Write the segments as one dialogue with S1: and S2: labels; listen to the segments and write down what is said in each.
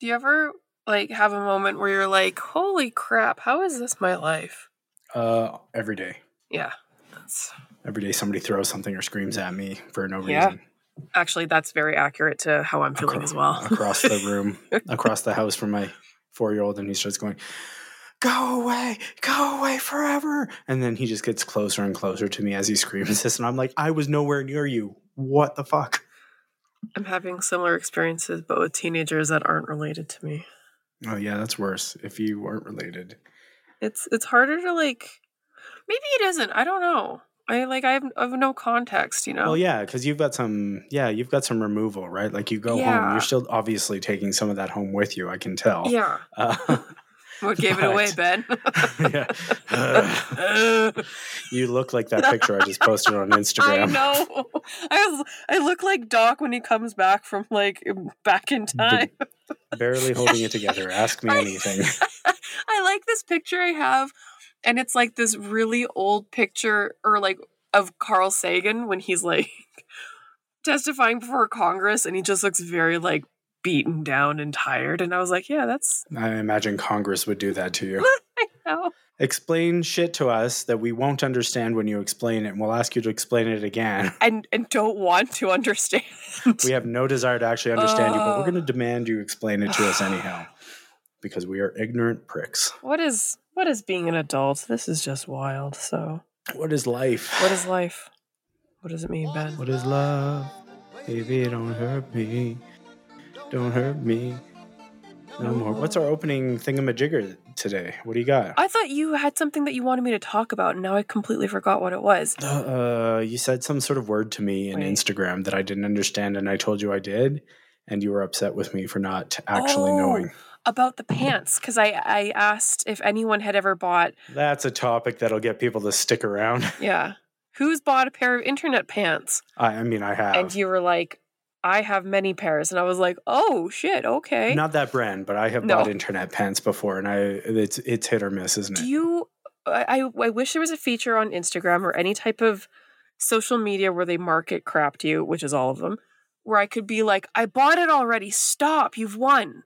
S1: Do you ever like have a moment where you're like, "Holy crap, how is this my life?"
S2: Uh, every day.
S1: Yeah. That's
S2: Every day somebody throws something or screams at me for no
S1: Yeah.
S2: reason.
S1: actually that's very accurate to how I'm feeling
S2: Acro-
S1: as well.
S2: across the room, across the house from my four year old, and he starts going, Go away, go away forever. And then he just gets closer and closer to me as he screams this. And I'm like, I was nowhere near you. What the fuck?
S1: I'm having similar experiences, but with teenagers that aren't related to me.
S2: Oh, yeah, that's worse. If you weren't related,
S1: It's it's harder to like. Maybe it isn't. I don't know. I like I have, I have no context. You know.
S2: Well, yeah, because you've got some, yeah, you've got some removal, right? Like you go home,
S1: Yeah.
S2: you're still obviously taking some of that home with you. I can tell.
S1: Yeah.
S2: Uh,
S1: What gave it away,
S2: But-
S1: Ben?
S2: yeah. you look like that picture I just posted on Instagram.
S1: I know. I was- I look like Doc when he comes back from like back in time.
S2: Barely holding it together. Ask me
S1: I-
S2: anything.
S1: I like this picture I have, and it's like this really old picture, or like of Carl Sagan when he's like testifying before Congress, and he just looks very like beaten down and tired. And I was like, yeah, that's
S2: I imagine Congress would do that to you.
S1: how.
S2: Explain shit to us that we won't understand when you explain it, and we'll ask you to explain it again.
S1: And and don't want to understand.
S2: We have no desire to actually understand you, but we're
S1: Oh.
S2: going to demand you explain it to us anyhow because we are ignorant pricks.
S1: what is what is being an adult? This is just wild. So
S2: What is life?
S1: what is life? What does it mean, Ben?
S2: What is love? Baby, don't hurt me. Don't hurt me. No more. What's our opening thingamajigger today? What do you got?
S1: I thought you had something that you wanted me to talk about, and now I completely forgot what it was.
S2: Uh, you said some sort of word to me in
S1: Wait.
S2: Instagram that I didn't understand, and I told you I did, and you were upset with me for not actually
S1: Oh.
S2: knowing.
S1: about the pants because I, I asked if anyone had ever bought
S2: That's a topic that'll get people to stick around.
S1: yeah who's bought a pair of internet pants
S2: I, I mean, I have.
S1: and you were like i have many pairs and i was like oh shit okay
S2: Not that brand, but I have
S1: No.
S2: bought internet pants before, and I it's it's hit or miss, isn't
S1: do
S2: it?
S1: you I, I I wish there was a feature on instagram or any type of social media where they market crap to you which is all of them where i could be like i bought it already stop you've won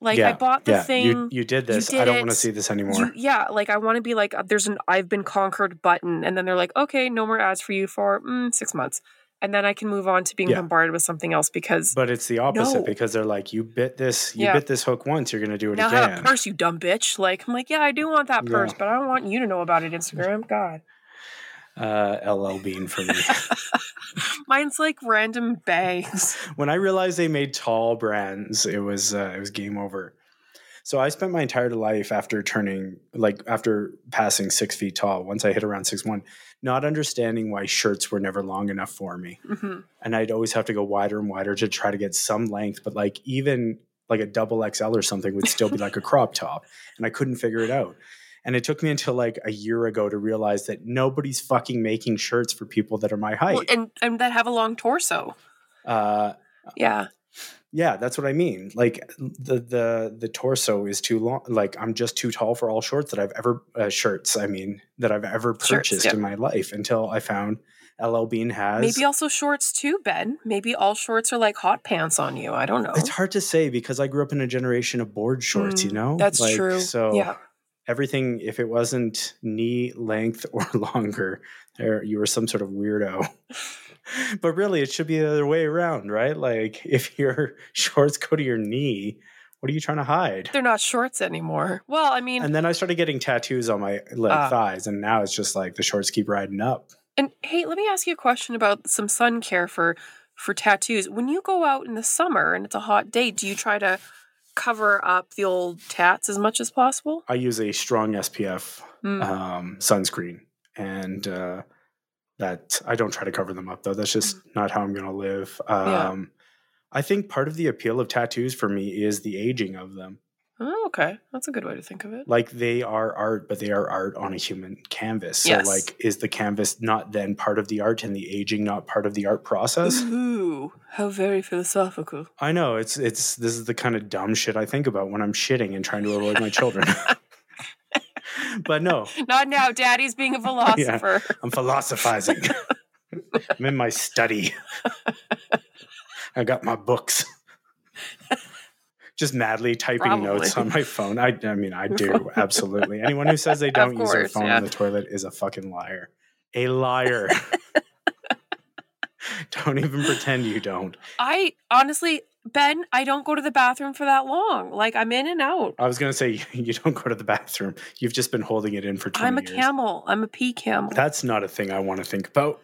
S1: like i
S2: Yeah,
S1: bought the
S2: yeah,
S1: thing
S2: you you did
S1: you
S2: this. I
S1: did
S2: don't
S1: it,
S2: want to see this anymore.
S1: You, yeah, like I want to be like uh, there's an I've been conquered button, and then they're like, okay, no more ads for you for mm, six months, and then I can move on to being
S2: Yeah.
S1: bombarded with something else because
S2: but it's the opposite
S1: No.
S2: because they're like, you bit this, you
S1: Yeah.
S2: bit this hook once, you're gonna do it
S1: now I have a
S2: again.
S1: purse, you dumb bitch. Like I'm like, yeah, I do want that
S2: Yeah.
S1: purse, but I don't want you to know about it. Instagram, God,
S2: Uh, LL Bean for me.
S1: mine's like random bags.
S2: when I realized they made tall brands, it was uh, it was game over. So I spent my entire life after turning like after passing six feet tall. Once I hit around six one, not understanding why shirts were never long enough for me,
S1: Mhm.
S2: and I'd always have to go wider and wider to try to get some length. But like even like a double XL or something would still be like a crop top, and I couldn't figure it out. And it took me until like a year ago to realize that nobody's fucking making shirts for people that are my height.
S1: Well, and and that have a long torso.
S2: uh,
S1: Yeah,
S2: yeah, that's what I mean. Like the the the torso is too long. Like I'm just too tall for all shorts that I've ever uh, shirts. I mean that I've ever
S1: Shirts,
S2: purchased
S1: yeah.
S2: in my life until I found LL Bean has.
S1: maybe also shorts too, Ben. Maybe all shorts are like hot pants on you. I don't know.
S2: it's hard to say because I grew up in a generation of board shorts. you
S1: Mm,
S2: know,
S1: that's
S2: Like,
S1: true.
S2: So
S1: yeah,
S2: everything, if it wasn't knee length or longer, there you were some sort of weirdo. but really, it should be the other way around, right? Like if your shorts go to your knee, what are you trying to hide?
S1: they're not shorts anymore. Well, I mean,
S2: And then I started getting tattoos on my like,
S1: Ah.
S2: thighs, and now it's just like the shorts keep riding up.
S1: And hey, let me ask you a question about some sun care for for tattoos. When you go out in the summer and it's a hot day, do you try to cover up the old tats as much as possible?
S2: I use a strong SPF
S1: Mm.
S2: um, sunscreen, and uh, that I don't try to cover them up though. That's just not how I'm going to live. Um,
S1: Mm. Yeah.
S2: I think part of the appeal of tattoos for me is the aging of them.
S1: Oh, okay, that's a good way to think of it.
S2: Like they are art, but they are art on a human canvas. So,
S1: Yes.
S2: like, is the canvas not then part of the art, and the aging not part of the art process?
S1: Ooh, how very philosophical.
S2: I know it's it's this is the kind of dumb shit I think about when I'm shitting and trying to avoid my children. but no,
S1: Not now, Daddy's being a philosopher.
S2: I'm philosophizing. I'm in my study. I got my books. just madly typing
S1: Probably.
S2: notes on my phone. I, I mean, I do absolutely. Anyone who says they don't use their
S1: course,
S2: phone
S1: yeah.
S2: in the toilet is a fucking liar. A liar. don't even pretend you don't.
S1: I honestly, Ben, I don't go to the bathroom for that long. Like I'm in and out.
S2: I was gonna say you don't go to the bathroom. You've just been holding it in for 20
S1: I'm a
S2: years.
S1: camel. I'm a pea camel.
S2: That's not a thing I want to think about.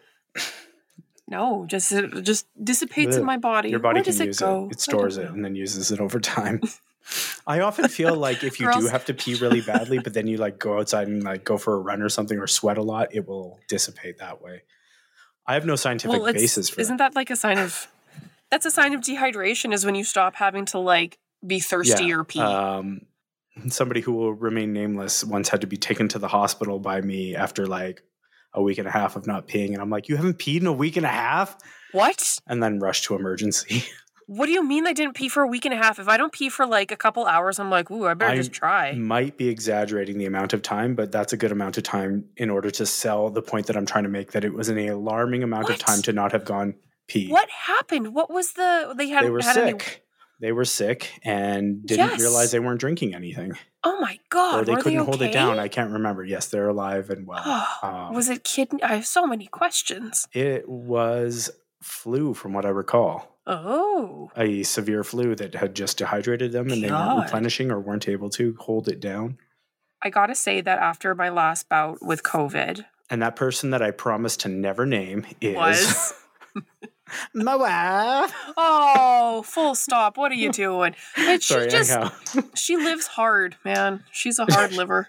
S1: no, just it just dissipates
S2: Ugh.
S1: in my body.
S2: Your body
S1: Where
S2: can
S1: does
S2: use
S1: it go?
S2: it. It
S1: I
S2: stores
S1: don't
S2: it
S1: know.
S2: and then uses it over time. I often feel like if you do
S1: Girls-
S2: have to pee really badly, but then you like go outside and like go for a run or something or sweat a lot, it will dissipate that way. I have no scientific
S1: it's-
S2: basis for
S1: isn't
S2: that.
S1: that. like a sign of? That's a sign of dehydration. Is when you stop having to like be thirsty
S2: Yeah,
S1: or pee.
S2: Um, somebody who will remain nameless once had to be taken to the hospital by me after like a week and a half of not peeing, and I'm like, "You haven't peed in a week and a half,"
S1: what?
S2: and then rushed to emergency.
S1: What do you mean I didn't pee for a week and a half? If I don't pee for like a couple hours, I'm like, ooh, I better
S2: I-
S1: just try.
S2: might be exaggerating the amount of time, but that's a good amount of time in order to sell the point that I'm trying to make that it was an alarming amount of
S1: What?
S2: time to not have gone pee.
S1: What happened? What was the they had
S2: They were
S1: had any?
S2: sick. They were sick and didn't
S1: Yes.
S2: realize they weren't drinking anything,
S1: Oh my
S2: or
S1: god!
S2: they
S1: were
S2: couldn't
S1: they okay?
S2: hold it down. I can't remember. Yes, they're alive and well. Um,
S1: was it kidney? I have so many questions.
S2: it was flu, from what I recall,
S1: Oh,
S2: a severe flu that had just dehydrated them, and they
S1: God.
S2: weren't replenishing or weren't able to hold it down.
S1: I gotta say that after my last bout with COVID
S2: And that person that I promised to never name is
S1: was.
S2: my wife.
S1: oh, full stop! What are you doing? But
S2: Sorry,
S1: she just
S2: anyhow,
S1: she lives hard, man. She's a hard liver.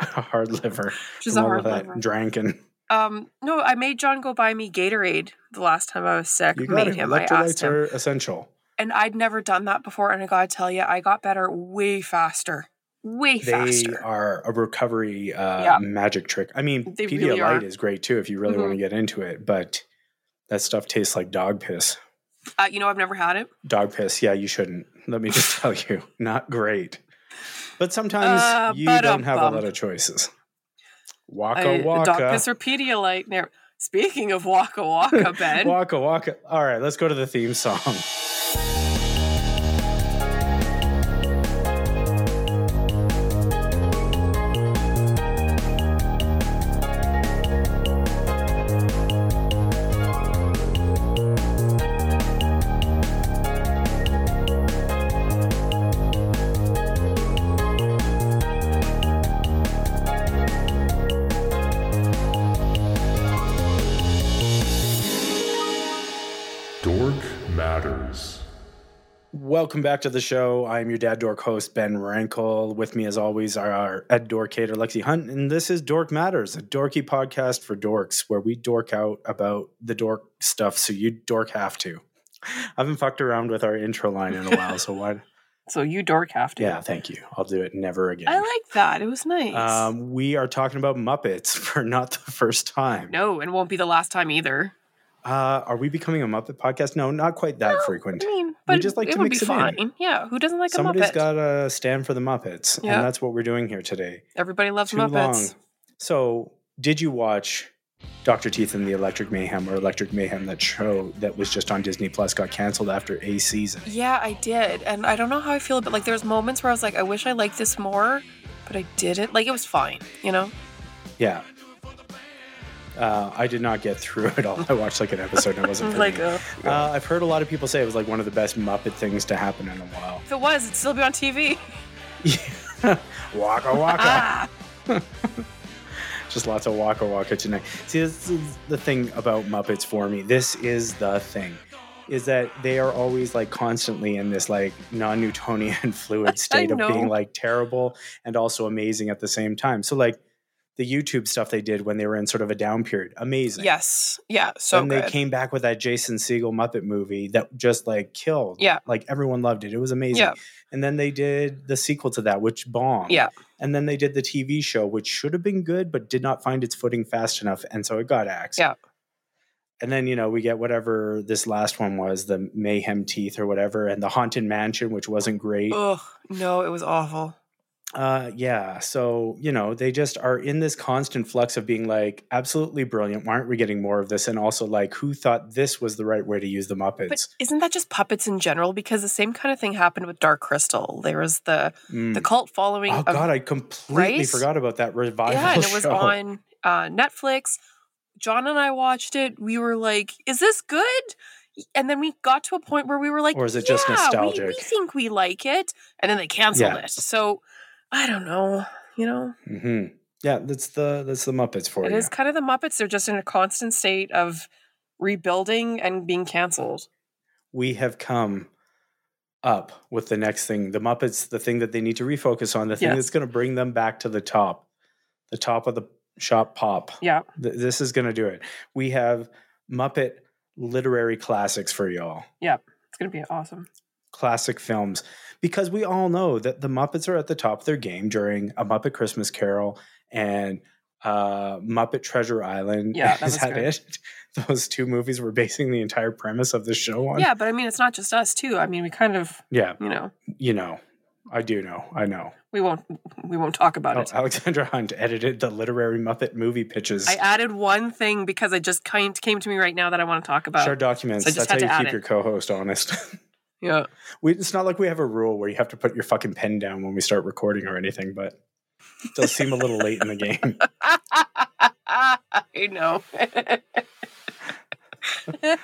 S2: hard liver.
S1: She's
S2: From
S1: a
S2: all
S1: hard
S2: of that
S1: liver.
S2: Drinking.
S1: Um, no, I made John go buy me Gatorade the last time I was sick.
S2: You got
S1: made
S2: it.
S1: him. I asked
S2: Electrolytes
S1: him,
S2: are essential.
S1: and I'd never done that before. And I gotta tell you, I got better way faster, way
S2: They
S1: faster.
S2: are a recovery uh,
S1: Yeah.
S2: magic trick. I mean,
S1: They
S2: Pedialyte
S1: really are. Mm-hmm.
S2: is great too if you really want to get into it, but that stuff tastes like dog piss.
S1: Uh, you know, I've never had it.
S2: Dog piss, yeah, you shouldn't. Let me just tell you, not great. But sometimes
S1: Uh,
S2: you don't have a
S1: ba-dum-bum.
S2: lot of choices.
S1: I-
S2: Waka
S1: Dog
S2: waka.
S1: piss or Pedialyte. There. Speaking of Waka Waka, Ben.
S2: Waka waka. All right, let's go to the theme song.
S3: Dork Matters.
S2: Welcome back to the show. I'm your dad dork host, Ben Rankle. With me, as always, are our Ed Dorkator, Lexi Hunt, and this is Dork Matters, a dorky podcast for dorks where we dork out about the dork stuff so you dork have to. I haven't fucked around with our intro line in a while, so why?
S1: So you dork have to.
S2: Yeah, thank you. I'll do it never again.
S1: I like that. It was nice.
S2: um, we are talking about Muppets for not the first time.
S1: no, and won't be the last time either.
S2: Uh, are we becoming a Muppet podcast? No, not quite that
S1: No,
S2: frequent.
S1: I mean, but
S2: just like
S1: it
S2: to
S1: would be
S2: mix it
S1: fine.
S2: in.
S1: Yeah, who doesn't like
S2: Somebody's
S1: a Muppet?
S2: got to stand for the Muppets,
S1: Yeah.
S2: and that's what we're doing here today.
S1: Everybody loves
S2: too
S1: Muppets.
S2: long. So, did you watch Doctor Teeth and the Electric Mayhem or Electric Mayhem that show that was just on Disney Plus got canceled after a season?
S1: Yeah, I did, and I don't know how I feel about. Like, there's moments where I was like, I wish I liked this more, but I didn't. Like, it was fine, you know.
S2: Yeah. Uh, I did not get through it all. I watched like an episode and it
S1: It
S2: wasn't
S1: was
S2: for
S1: like, uh,
S2: me. Uh, I've heard a lot of people say it was like one of the best Muppet things to happen in a while.
S1: if it was, it'd still be on TV.
S2: Waka waka.
S1: Ah,
S2: just lots of waka waka tonight. See, this is the thing about Muppets for me. This is the thing. Is that they are always like constantly in this like non Newtonian fluid state of
S1: know.
S2: being like terrible and also amazing at the same time. So, like the YouTube stuff they did when they were in sort of a down period, amazing.
S1: yes, yeah, so
S2: Then
S1: good.
S2: they came back with that Jason Siegel Muppet movie that just like killed.
S1: Yeah.
S2: Like everyone loved it. It was amazing.
S1: Yeah.
S2: And then they did the sequel to that, which bombed.
S1: Yeah.
S2: And then they did the TV show, which should have been good, but did not find its footing fast enough. And so it got axed.
S1: Yeah.
S2: And then, you know, we get whatever this last one was, the Mayhem Teeth or whatever, and the Haunted Mansion, which wasn't great.
S1: Ugh, no, it was awful.
S2: Uh, yeah. So, you know, they just are in this constant flux of being like, absolutely brilliant. Why aren't we getting more of this? And also, like, who thought this was the right way to use the Muppets?
S1: But isn't that just puppets in general? Because the same kind of thing happened with Dark Crystal. There was the
S2: Mm.
S1: the cult following.
S2: oh,
S1: of,
S2: God. I completely
S1: um, Right?
S2: forgot about that revival
S1: yeah, and it was
S2: show.
S1: on uh, Netflix. John and I watched it. We were like, "Is this good?" And then we got to a point where we were like,
S2: Or is it just
S1: "Yeah, we- We,
S2: nostalgic?"
S1: think we like it, and then they canceled
S2: Yeah.
S1: it. So I don't know. You know,
S2: hmm Yeah. That's the, that's the Muppets for
S1: it
S2: you.
S1: is kind of the Muppets. They're just in a constant state of rebuilding and being canceled.
S2: we have come up with the next thing the muppets the thing that they need to refocus on the thing
S1: Yes.
S2: that's going to bring them back to the top the top of the shop pop
S1: Yeah.
S2: Th- this is going to do it we have muppet literary classics for y'all
S1: It's gonna be awesome.
S2: classic films because we all know that the muppets are at the top of their game during a muppet christmas carol and uh muppet treasure island
S1: Yeah, that
S2: is
S1: was
S2: that
S1: good.
S2: it those two movies were basing the entire premise of the show on
S1: Yeah, but I mean, it's not just us too. I mean, we kind of,
S2: yeah
S1: you know,
S2: you know, I do know. I know.
S1: we won't we won't talk about
S2: Oh,
S1: it.
S2: Alexandra Hunt edited the literary Muppet movie pitches.
S1: I added one thing because it just kind came to me right now that I want to talk about.
S2: Share documents.
S1: uh, so I just
S2: That's
S1: had to
S2: how you
S1: add
S2: keep
S1: it.
S2: your co-host honest.
S1: Yeah.
S2: we, it's not like we have a rule where you have to put your fucking pen down when we start recording or anything, but it does seem a little late in the game.
S1: I know.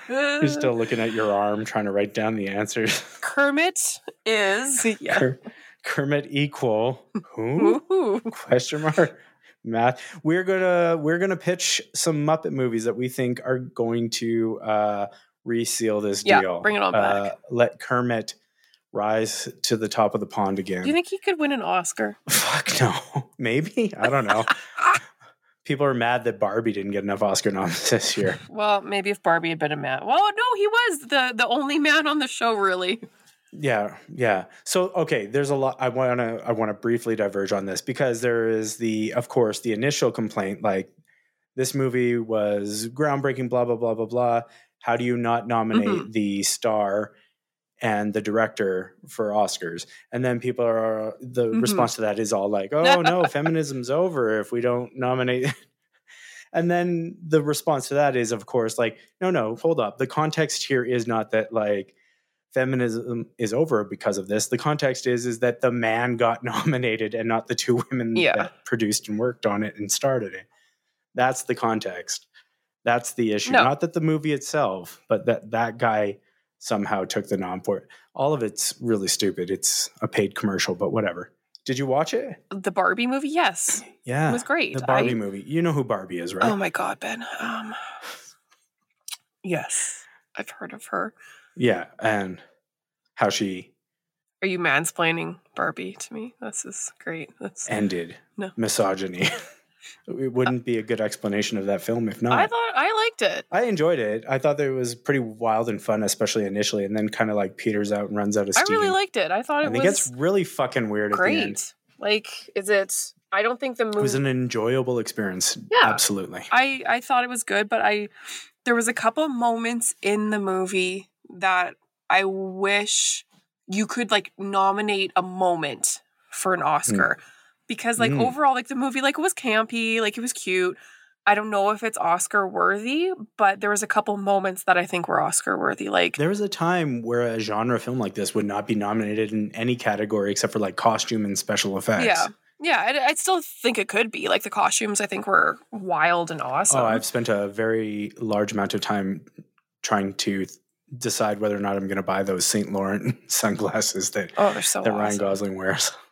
S2: You're still looking at your arm trying to write down the answers.
S1: Kermit is yeah.
S2: Ker- Kermit equal who?
S1: Woohoo.
S2: Question mark. Math. We're gonna we're gonna pitch some Muppet movies that we think are going to uh, reseal this
S1: Yeah,
S2: deal.
S1: bring it on
S2: Uh,
S1: back.
S2: Let Kermit rise to the top of the pond again.
S1: Do you think he could win an Oscar?
S2: Fuck no. Maybe I don't know. People are mad that Barbie didn't get enough Oscar noms this year.
S1: Well, maybe if Barbie had been a man. Well, no, he was the the only man on the show, really.
S2: Yeah, yeah. So okay, there's a lot I want to I want to briefly diverge on this because there is the of course the initial complaint like this movie was groundbreaking blah blah blah blah blah. How do you not nominate the star and the director for Oscars? And then people are the
S1: Mhm.
S2: response to that is all like, "Oh no, feminism's over if we don't nominate." And then the response to that is of course like, "No, no, hold up. The context here is not that like feminism is over because of this. The context is is that the man got nominated and not the two women
S1: Yeah.
S2: that produced and worked on it and started it. That's the context. That's the issue.
S1: No.
S2: Not that the movie itself, but that that guy somehow took the nom for it. All of it's really stupid. It's a paid commercial, but whatever. Did you watch it?
S1: The Barbie movie, yes,
S2: Yeah.
S1: it was great.
S2: the Barbie
S1: I-
S2: movie. You know who Barbie is, right?
S1: Oh my God, Ben. Um, yes, I've heard of her.
S2: yeah, and how she
S1: Are you mansplaining Barbie to me? This is great. That's,
S2: ended
S1: No.
S2: misogyny. it wouldn't be a good explanation of that film if not.
S1: I thought I liked it.
S2: I enjoyed it. I thought that it was pretty wild and fun, especially initially, and then kind of like peters out and runs out of
S1: I
S2: steam.
S1: really liked it. I thought it
S2: and it
S1: was
S2: gets really fucking weird. At the end.
S1: great. Like, is it? I don't think the
S2: It was
S1: movie.
S2: an enjoyable experience.
S1: Yeah.
S2: Absolutely.
S1: I I thought it was good, but I there was a couple moments in the movie that I wish you could like nominate a moment for
S2: Hmm.
S1: an Oscar because like
S2: Mm.
S1: overall like the movie like it was campy, like it was cute. I don't know if it's Oscar worthy, but there was a couple moments that I think were Oscar worthy. Like
S2: There was a time where a genre film like this would not be nominated in any category except for like costume and special effects.
S1: Yeah. Yeah, I, I still think it could be. Like the costumes, I think were wild and awesome.
S2: Oh, I've spent a very large amount of time trying to th- decide whether or not I'm going to buy those St. Laurent sunglasses that,
S1: oh they're so
S2: that
S1: awesome.
S2: Ryan Gosling wears.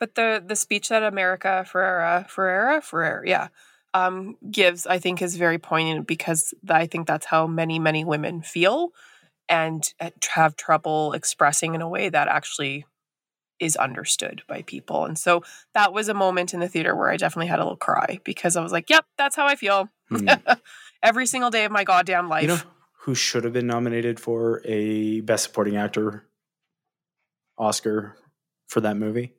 S1: But the the speech that America Ferrera Ferrera Ferrera, yeah, um, gives I think is very poignant because th- I think that's how many many women feel and uh, tr- have trouble expressing in a way that actually is understood by people. And so that was a moment in the theater where I definitely had a little cry because I was like, "Yep, that's how I feel
S2: Hmm.
S1: every single day of my goddamn life."
S2: You know who should have been nominated for a Best Supporting Actor Oscar for that movie?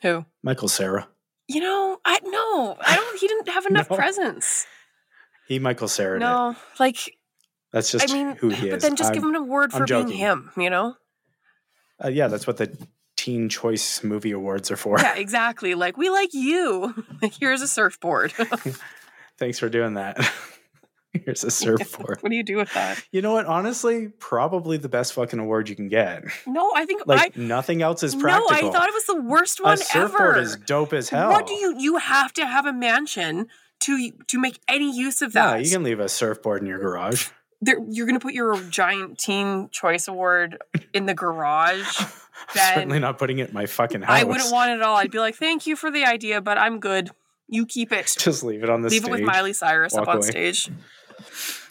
S1: Who?
S2: Michael Sarah.
S1: You know, I no, I don't. He didn't have enough
S2: No.
S1: presence.
S2: He Michael Sarah. It.
S1: No, like
S2: That's just
S1: I mean,
S2: who he is.
S1: but then just give
S2: I'm-
S1: him an award
S2: I'm
S1: for being
S2: joking.
S1: him. You know,
S2: uh, yeah, that's what the Teen Choice Movie Awards are for.
S1: Yeah, exactly. Like, we like you. Here's a surfboard.
S2: Thanks for doing that. Here's a surfboard.
S1: what do you do with that?
S2: You know what? Honestly, probably the best fucking award you can get.
S1: No, I think
S2: Like nothing else is
S1: I no, I
S2: practical.
S1: thought it was the worst
S2: a
S1: one
S2: surfboard
S1: ever.
S2: is dope as hell.
S1: What do you you have to have a mansion to to make any use of
S2: Yeah,
S1: that?
S2: you can leave a surfboard in your garage.
S1: There- you're going to put your giant teen choice award in the garage. Ben,
S2: Certainly not putting it in my fucking house.
S1: I wouldn't want it at all. I'd be like, "Thank you for the idea, but I'm good. You keep it.
S2: Just leave it on the
S1: Leave
S2: stage.
S1: it with Miley Cyrus
S2: Walk
S1: up on
S2: away.
S1: stage."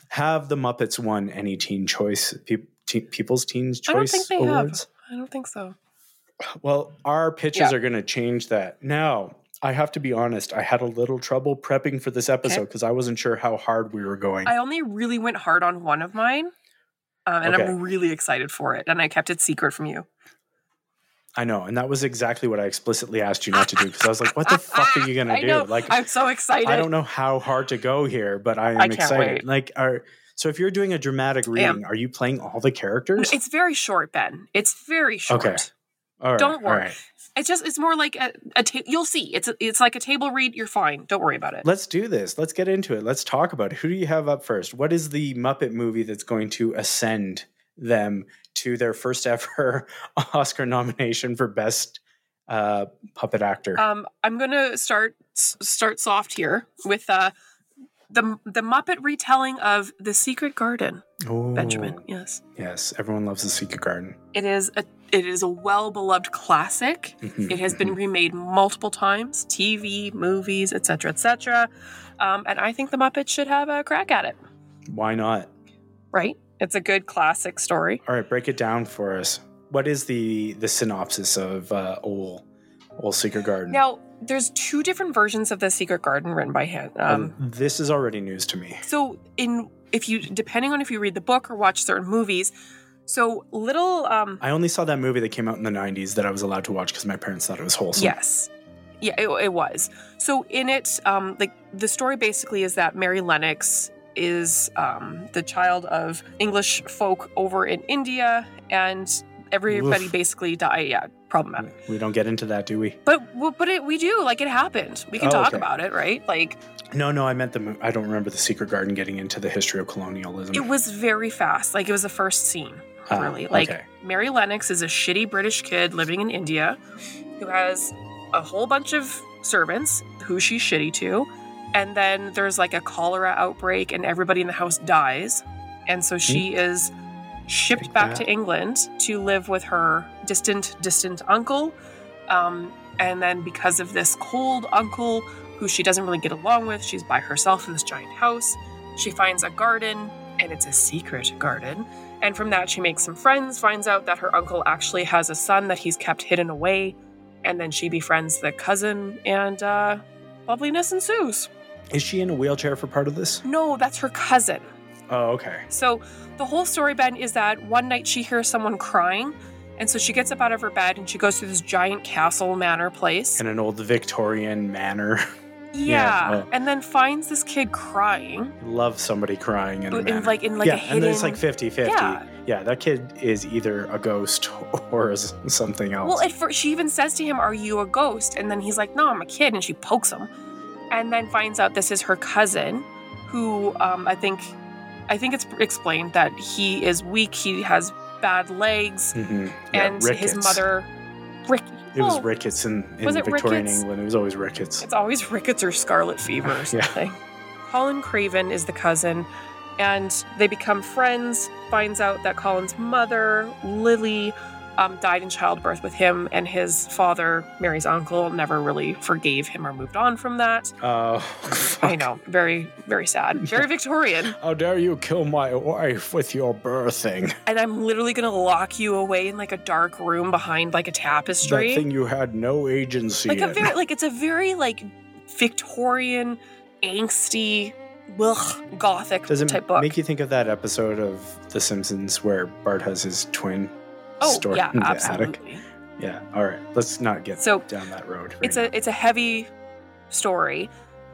S2: Have the Muppets won any Teen Choice peop Teen, People's Teen Choice
S1: I don't think they have.
S2: Awards?
S1: I don't think so.
S2: Well, our pitches
S1: Yeah.
S2: are going to change that. Now, I have to be honest. I had a little trouble prepping for this episode because I wasn't sure how hard we were going.
S1: I only really went hard on one of mine, um, and
S2: Okay.
S1: I'm really excited for it. And I kept it secret from you.
S2: I know, and that was exactly what I explicitly asked you not to do because I was like, "What the fuck are you going to
S1: Ah, I
S2: do?"
S1: know.
S2: Like,
S1: I'm so excited.
S2: I don't know how hard to go here, but I am
S1: I can't
S2: excited.
S1: wait.
S2: Like, are so if you're doing a dramatic
S1: am.
S2: reading, are you playing all the characters?
S1: It's very short, Ben. It's very short.
S2: Okay. All right,
S1: don't worry.
S2: All right.
S1: It's just it's more like a, a ta- you'll see. It's a, it's like a table read. You're fine. Don't worry about it.
S2: Let's do this. Let's get into it. Let's talk about it. Who do you have up first? What is the Muppet movie that's going to ascend them to their first ever Oscar nomination for Best uh, Puppet Actor?
S1: Um, I'm gonna start s- start soft here with uh the the Muppet retelling of the Secret Garden.
S2: oh,
S1: Benjamin, yes,
S2: Yes, everyone loves The Secret Garden.
S1: it is a it is a well beloved classic.
S2: Mhm,
S1: It has been
S2: mhm.
S1: remade multiple times, TV, movies, etc., etc. Um, and I think the Muppets should have a crack at it.
S2: Why not?
S1: Right? It's a good classic story.
S2: All right, break it down for us. What is the the synopsis of uh, Old Old Secret Garden?
S1: Now, there's two different versions of the Secret Garden written by hand. Um,
S2: Um, this is already news to me.
S1: So in if you depending on if you read the book or watch certain movies, so little um
S2: I only saw that movie that came out in the '90s that I was allowed to watch because my parents thought it was wholesome.
S1: yes. Yeah, it, it was. So in it um like the story basically is that Mary Lennox is um the child of English folk over in India and everybody
S2: Oof.
S1: basically died yeah, problematic.
S2: we don't get into that, do we?
S1: But well, but it, we do like it happened. We can
S2: Oh,
S1: talk
S2: okay.
S1: about it, right? Like
S2: No, no, I meant the. mo- I don't remember the Secret Garden getting into the history of colonialism.
S1: it was very fast. Like it was the first scene.
S2: Mm. Ah,
S1: really. Like
S2: okay.
S1: Mary Lennox is a shitty British kid living in India who has a whole bunch of servants who she's shitty to. And then there's like a cholera outbreak and everybody in the house dies. And so she is shipped
S2: Take
S1: back
S2: that.
S1: to England to live with her distant, distant uncle. Um, and then because of this cold uncle who she doesn't really get along with, she's by herself in this giant house. She finds a garden, and it's a secret garden. And from that, she makes some friends, finds out that her uncle actually has a son that he's kept hidden away. And then she befriends the cousin, and uh, loveliness ensues.
S2: Is she in a wheelchair for part of this?
S1: No, that's her cousin.
S2: Oh, okay.
S1: So the whole story, Ben, is that one night she hears someone crying. And so she gets up out of her bed and she goes to this giant castle manor place.
S2: In an old Victorian manor.
S1: yeah.
S2: yeah. uh,
S1: And then finds this kid crying.
S2: Love somebody crying in a
S1: In,
S2: manor.
S1: like in like
S2: yeah,
S1: a hidden
S2: and there's like 50 50.
S1: Yeah.
S2: Yeah. that kid is either a ghost or is something else.
S1: Well, at first, she even says to him, Are you a ghost? And then he's like, No, I'm a kid. And she pokes him. And then finds out this is her cousin, who um, I think. I think it's explained that he is weak. He has bad legs,
S2: Mhm. Yeah,
S1: and his
S2: rickets.
S1: mother, Rick.
S2: It was
S1: well,
S2: rickets in, in
S1: was it
S2: Victorian
S1: rickets?
S2: England. It was always rickets.
S1: It's always rickets or scarlet fever or
S2: Yeah.
S1: something. Colin Craven is the cousin, and they become friends. Finds out that Colin's mother, Lily, um, died in childbirth with him, and his father, Mary's uncle, never really forgave him or moved on from that.
S2: Oh,
S1: I know, very, very sad, very Victorian.
S2: How dare you kill my wife with your birthing?
S1: And I'm literally gonna lock you away in like a dark room behind like a tapestry.
S2: That thing you had no agency
S1: like a
S2: in.
S1: very like it's a very like Victorian angsty ugh, gothic
S2: Does it
S1: type book.
S2: make you think of that episode of The Simpsons where Bart has his twin
S1: oh
S2: stored
S1: yeah,
S2: in the attic?
S1: absolutely.
S2: Yeah. All right. Let's not get
S1: So
S2: down that road. right
S1: it's a it's a heavy story,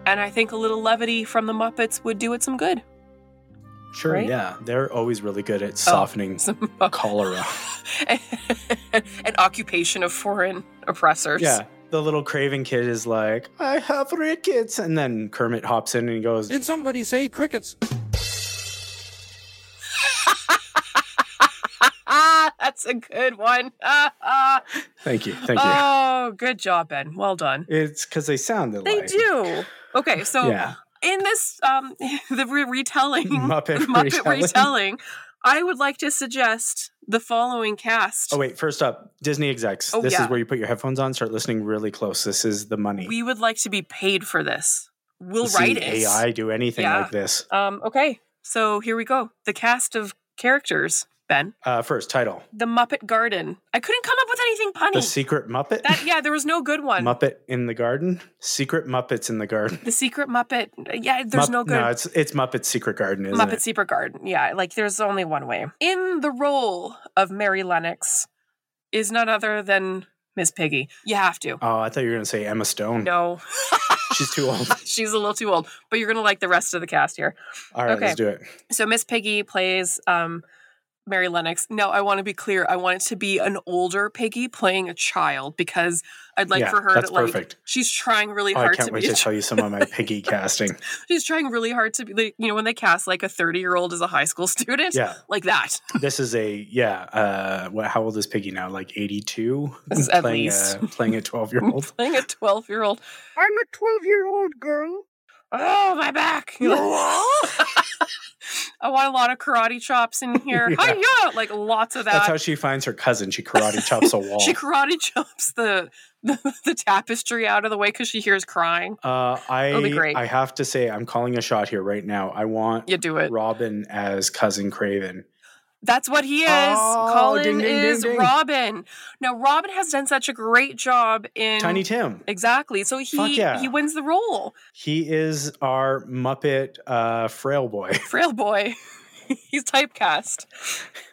S1: and I think a little levity from the Muppets would do it some good.
S2: now. sure.
S1: right? Oh.
S2: Yeah. They're always really good at softening
S1: Some
S2: cholera.
S1: an occupation of foreign oppressors.
S2: Yeah. The little craven kid is like, I have rickets. And then Kermit hops in and he goes,
S4: Did somebody say crickets?
S1: Ah, that's a good one. Ah, ah.
S2: Thank you. Thank you.
S1: Oh, good job, Ben. Well done.
S2: it's because they sound alike.
S1: They do. Okay, so
S2: Yeah.
S1: in this um the re- retelling
S2: Muppet
S1: Muppet
S2: retelling.
S1: retelling, I would like to suggest the following cast.
S2: Oh, wait. First up, Disney execs.
S1: Oh,
S2: this
S1: yeah.
S2: is where you put your headphones on, start listening really close. This is the money.
S1: We would like to be paid for this. We'll
S2: To see
S1: write it.
S2: AI do anything
S1: Yeah.
S2: like this.
S1: Um, okay, so here we go. The cast of characters, Ben.
S2: Uh, first, title
S1: The Muppet Garden. I couldn't come up with anything
S2: The
S1: punny.
S2: Secret Muppet.
S1: that yeah, there was no good one.
S2: Muppet in the Garden. Secret Muppets in the Garden.
S1: the Secret Muppet. Yeah, there's
S2: Mupp-
S1: no good
S2: No, it's, it's Muppet's Secret Garden, isn't
S1: Muppet
S2: it?
S1: Secret Garden. Yeah, like there's only one way. In the role of Mary Lennox is none other than Miss Piggy. You have to.
S2: Oh, I thought you were going to say Emma Stone.
S1: No,
S2: She's too old.
S1: she's a little too old, but you're gonna like the rest of the cast here.
S2: All right,
S1: Okay.
S2: let's do it.
S1: So Miss Piggy plays um, Mary Lennox. Now I want to be clear. I want it to be an older Piggy playing a child because I'd like
S2: Yeah,
S1: for her
S2: that's
S1: to like.
S2: perfect.
S1: She's trying really
S2: Oh, I
S1: hard
S2: can't
S1: to
S2: wait
S1: be. a
S2: to tell you some of my piggy casting.
S1: She's trying really hard to be. Like, you know, when they cast like a thirty-year-old as a high school student,
S2: Yeah,
S1: like that.
S2: this is a yeah. Uh, what? How old is Piggy now? Like eighty-two.
S1: This is at
S2: playing
S1: least.
S2: a, playing a twelve-year-old.
S1: playing a 12 year old.
S5: I'm a 12 year old girl.
S1: Oh, my back. I want a lot of karate chops in here.
S2: Yeah.
S1: Hi-ya! Like lots of
S2: That's
S1: that.
S2: how she finds her cousin. She karate chops a wall.
S1: she karate chops the, the the tapestry out of the way because she hears crying.
S2: uh, I
S1: It'll be great.
S2: I have to say I'm calling a shot here right now. I want
S1: You do it.
S2: Robin as cousin Craven.
S1: That's what he is.
S2: Oh,
S1: Colin
S2: ding, ding, ding,
S1: is
S2: ding.
S1: Robin. Now Robin has done such a great job in
S2: Tiny Tim.
S1: Exactly. So
S2: Fuck
S1: he
S2: yeah.
S1: he wins the role.
S2: He is our Muppet uh, frail boy.
S1: frail boy. He's typecast.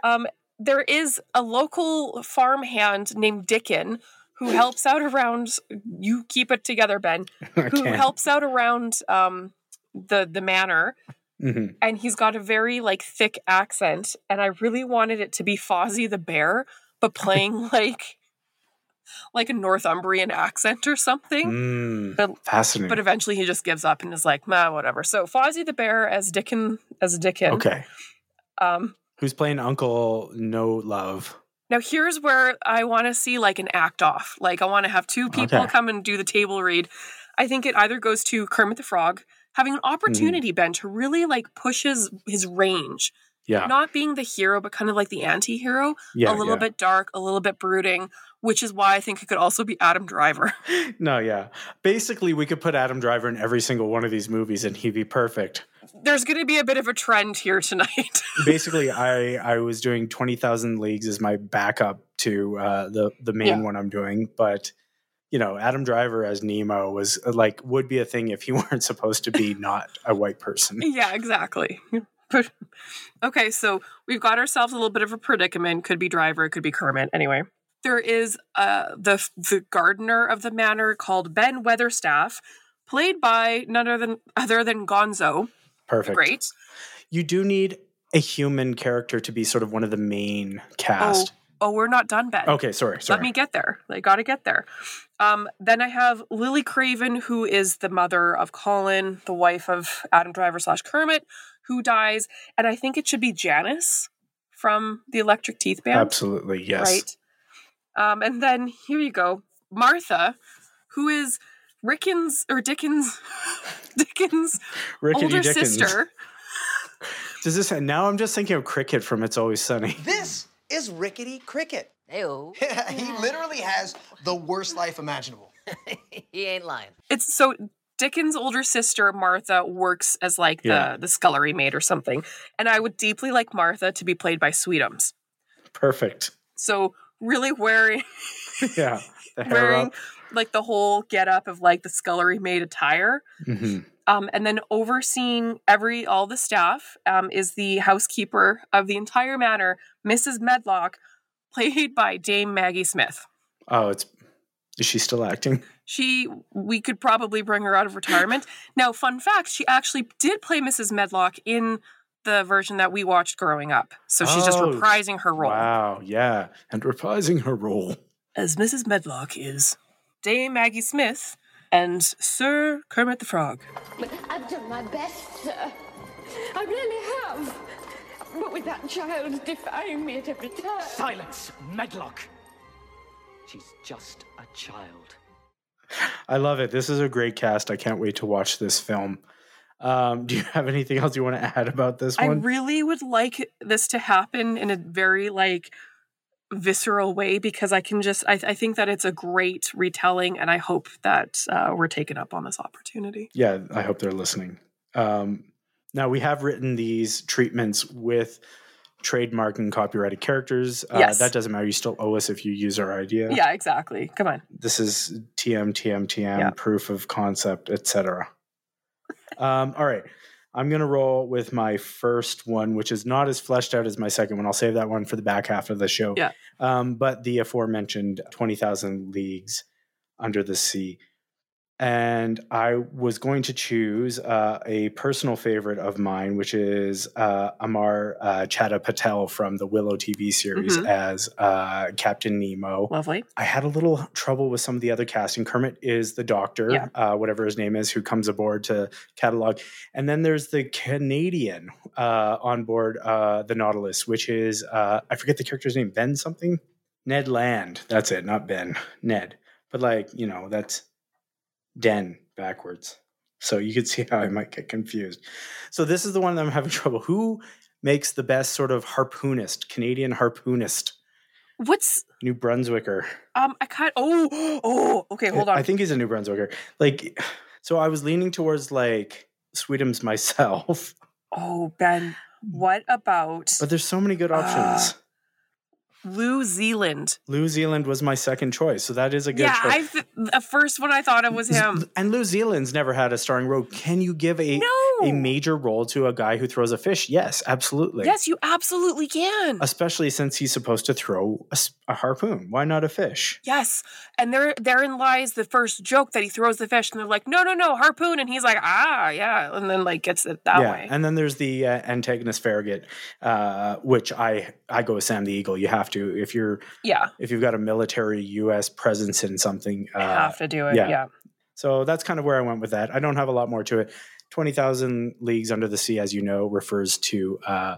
S1: Um, there is a local farmhand named Dickon who
S2: Hmm.
S1: helps out around. You keep it together, Ben.
S2: I
S1: Who
S2: can't.
S1: helps out around um, the the manor,
S2: Mhm.
S1: and he's got a very like thick accent. And I really wanted it to be Fozzie the bear, but playing like like a Northumbrian accent or something.
S2: Mm,
S1: But
S2: fascinating.
S1: but eventually he just gives up and is like, nah, whatever. So Fozzie the bear as Dickon as Dickon.
S2: okay.
S1: Um,
S2: Who's playing Uncle No Love?
S1: Now here's where I want to see like an act off. Like I want to have two people
S2: Okay.
S1: come and do the table read. I think it either goes to Kermit the Frog having an opportunity,
S2: Mm-hmm.
S1: Ben, to really like push his his range,
S2: Yeah.
S1: not being the hero, but kind of like the anti-hero,
S2: yeah.
S1: a little
S2: yeah.
S1: bit dark, a little bit brooding, which is why I think it could also be Adam Driver.
S2: No, yeah. Basically, we could put Adam Driver in every single one of these movies and he'd be perfect.
S1: There's going to be a bit of a trend here tonight.
S2: Basically, I I was doing 20,000 Leagues as my backup to uh, the the main
S1: Yeah.
S2: one I'm doing, but you know, Adam Driver as Nemo was uh, like would be a thing if he weren't supposed to be not a white person.
S1: yeah, exactly. But- okay, so we've got ourselves a little bit of a predicament. Could be driver, could be Kermit. Anyway, there is uh, the the gardener of the manor called Ben Weatherstaff, played by none other than other than Gonzo.
S2: Perfect.
S1: Great.
S2: You do need a human character to be sort of one of the main cast.
S1: Oh, we're not done, Ben.
S2: Okay, sorry, sorry.
S1: Let me get there. I got to get there. Um, then I have Lily Craven, who is the mother of Colin, the wife of Adam Driver slash Kermit, who dies. And I think it should be Janice from the Electric Teeth Band.
S2: Absolutely, yes.
S1: Right. Um, and then here you go, Martha, who is Rickens or Dickens, Dickens'
S2: Rickety
S1: older
S2: Dickens.
S1: sister.
S2: Does this and now I'm just thinking of Cricket from It's Always Sunny.
S6: This is Rickety Cricket.
S7: Ew.
S6: he literally has the worst life imaginable.
S7: he ain't lying.
S1: It's so Dickens' older sister Martha works as like
S2: Yeah.
S1: the the scullery maid or something, and I would deeply like Martha to be played by Sweetums.
S2: Perfect.
S1: So really wearing
S2: Yeah. The hair
S1: wearing
S2: up.
S1: like the whole get up of like the scullery maid attire.
S2: Mhm.
S1: Um, and then overseeing every all the staff um, is the housekeeper of the entire manor, Mrs. Medlock, played by Dame Maggie Smith.
S2: Oh, it's is she still acting?
S1: She, we could probably bring her out of retirement. now, fun fact: she actually did play Mrs. Medlock in the version that we watched growing up. So she's just
S2: Oh,
S1: reprising her role
S2: Wow, yeah. And reprising her role.
S1: as Mrs. Medlock is Dame Maggie Smith and Sir Kermit the Frog.
S4: But I've done my best, sir. I really have. But with that child defying me at every turn.
S7: Silence, Medlock! She's just a child.
S2: I love it. This is a great cast. I can't wait to watch this film. Um, do you have anything else you want to add about this
S1: I
S2: one?
S1: really would like this to happen in a very like visceral way because I can just I, I think that it's a great retelling and I hope that uh, we're taken up on this opportunity.
S2: yeah, I hope they're listening. Um, now we have written these treatments with trademark and copyrighted characters. Uh,
S1: Yes.
S2: That doesn't matter. You still owe us if you use our idea.
S1: Yeah, exactly. Come on.
S2: This is TM, TM, TM,
S1: Yeah.
S2: proof of concept, etc. um, all right. I'm going to roll with my first one, which is not as fleshed out as my second one. I'll save that one for the back half of the show.
S1: Yeah.
S2: Um, but the aforementioned 20,000 Leagues Under the Sea. And I was going to choose uh, a personal favorite of mine, which is uh, Amar uh, Chadha Patel from the Willow TV series
S1: Mhm.
S2: as uh, Captain Nemo.
S1: Lovely.
S2: I had a little trouble with some of the other casting. Kermit is the doctor,
S1: Yeah.
S2: uh, whatever his name is, who comes aboard to catalog. And then there's the Canadian uh, on board uh, the Nautilus, which is, uh, I forget the character's name, Ben something? Ned Land. That's it, not Ben, Ned. But like, you know, that's Den backwards. So you could see how I might get confused. So this is the one that I'm having trouble. Who makes the best sort of harpoonist, Canadian harpoonist?
S1: What's
S2: New Brunswicker.
S1: um I cut oh oh okay hold on.
S2: I think he's a New Brunswicker. Like, so I was leaning towards like Sweetums myself,
S1: oh Ben, what about
S2: Hmm. but there's so many good
S1: Ah.
S2: options.
S1: New Zealand?
S2: New Zealand was my second choice, so that is a good
S1: Yeah, I
S2: choice.
S1: th- the first one I thought of was him.
S2: And New Zealand's never had a starring role. Can you give a
S1: No.
S2: a major role to a guy who throws a fish? Yes, absolutely.
S1: Yes, you absolutely can.
S2: Especially since he's supposed to throw a, s- a harpoon. Why not a fish?
S1: Yes. And there therein lies the first joke that he throws the fish and they're like, no, no, no, harpoon. And he's like, ah, yeah. And then like gets it that way.
S2: and then there's the uh, antagonist Farragut, uh, which I I go with Sam the Eagle. You have to if you're
S1: yeah.
S2: if you've got a military U.S. presence in something.
S1: I
S2: Uh,
S1: have to do it.
S2: yeah.
S1: Yeah.
S2: so that's kind of where I went with that. I don't have a lot more to it. Twenty thousand leagues under the sea, as you know, refers to uh,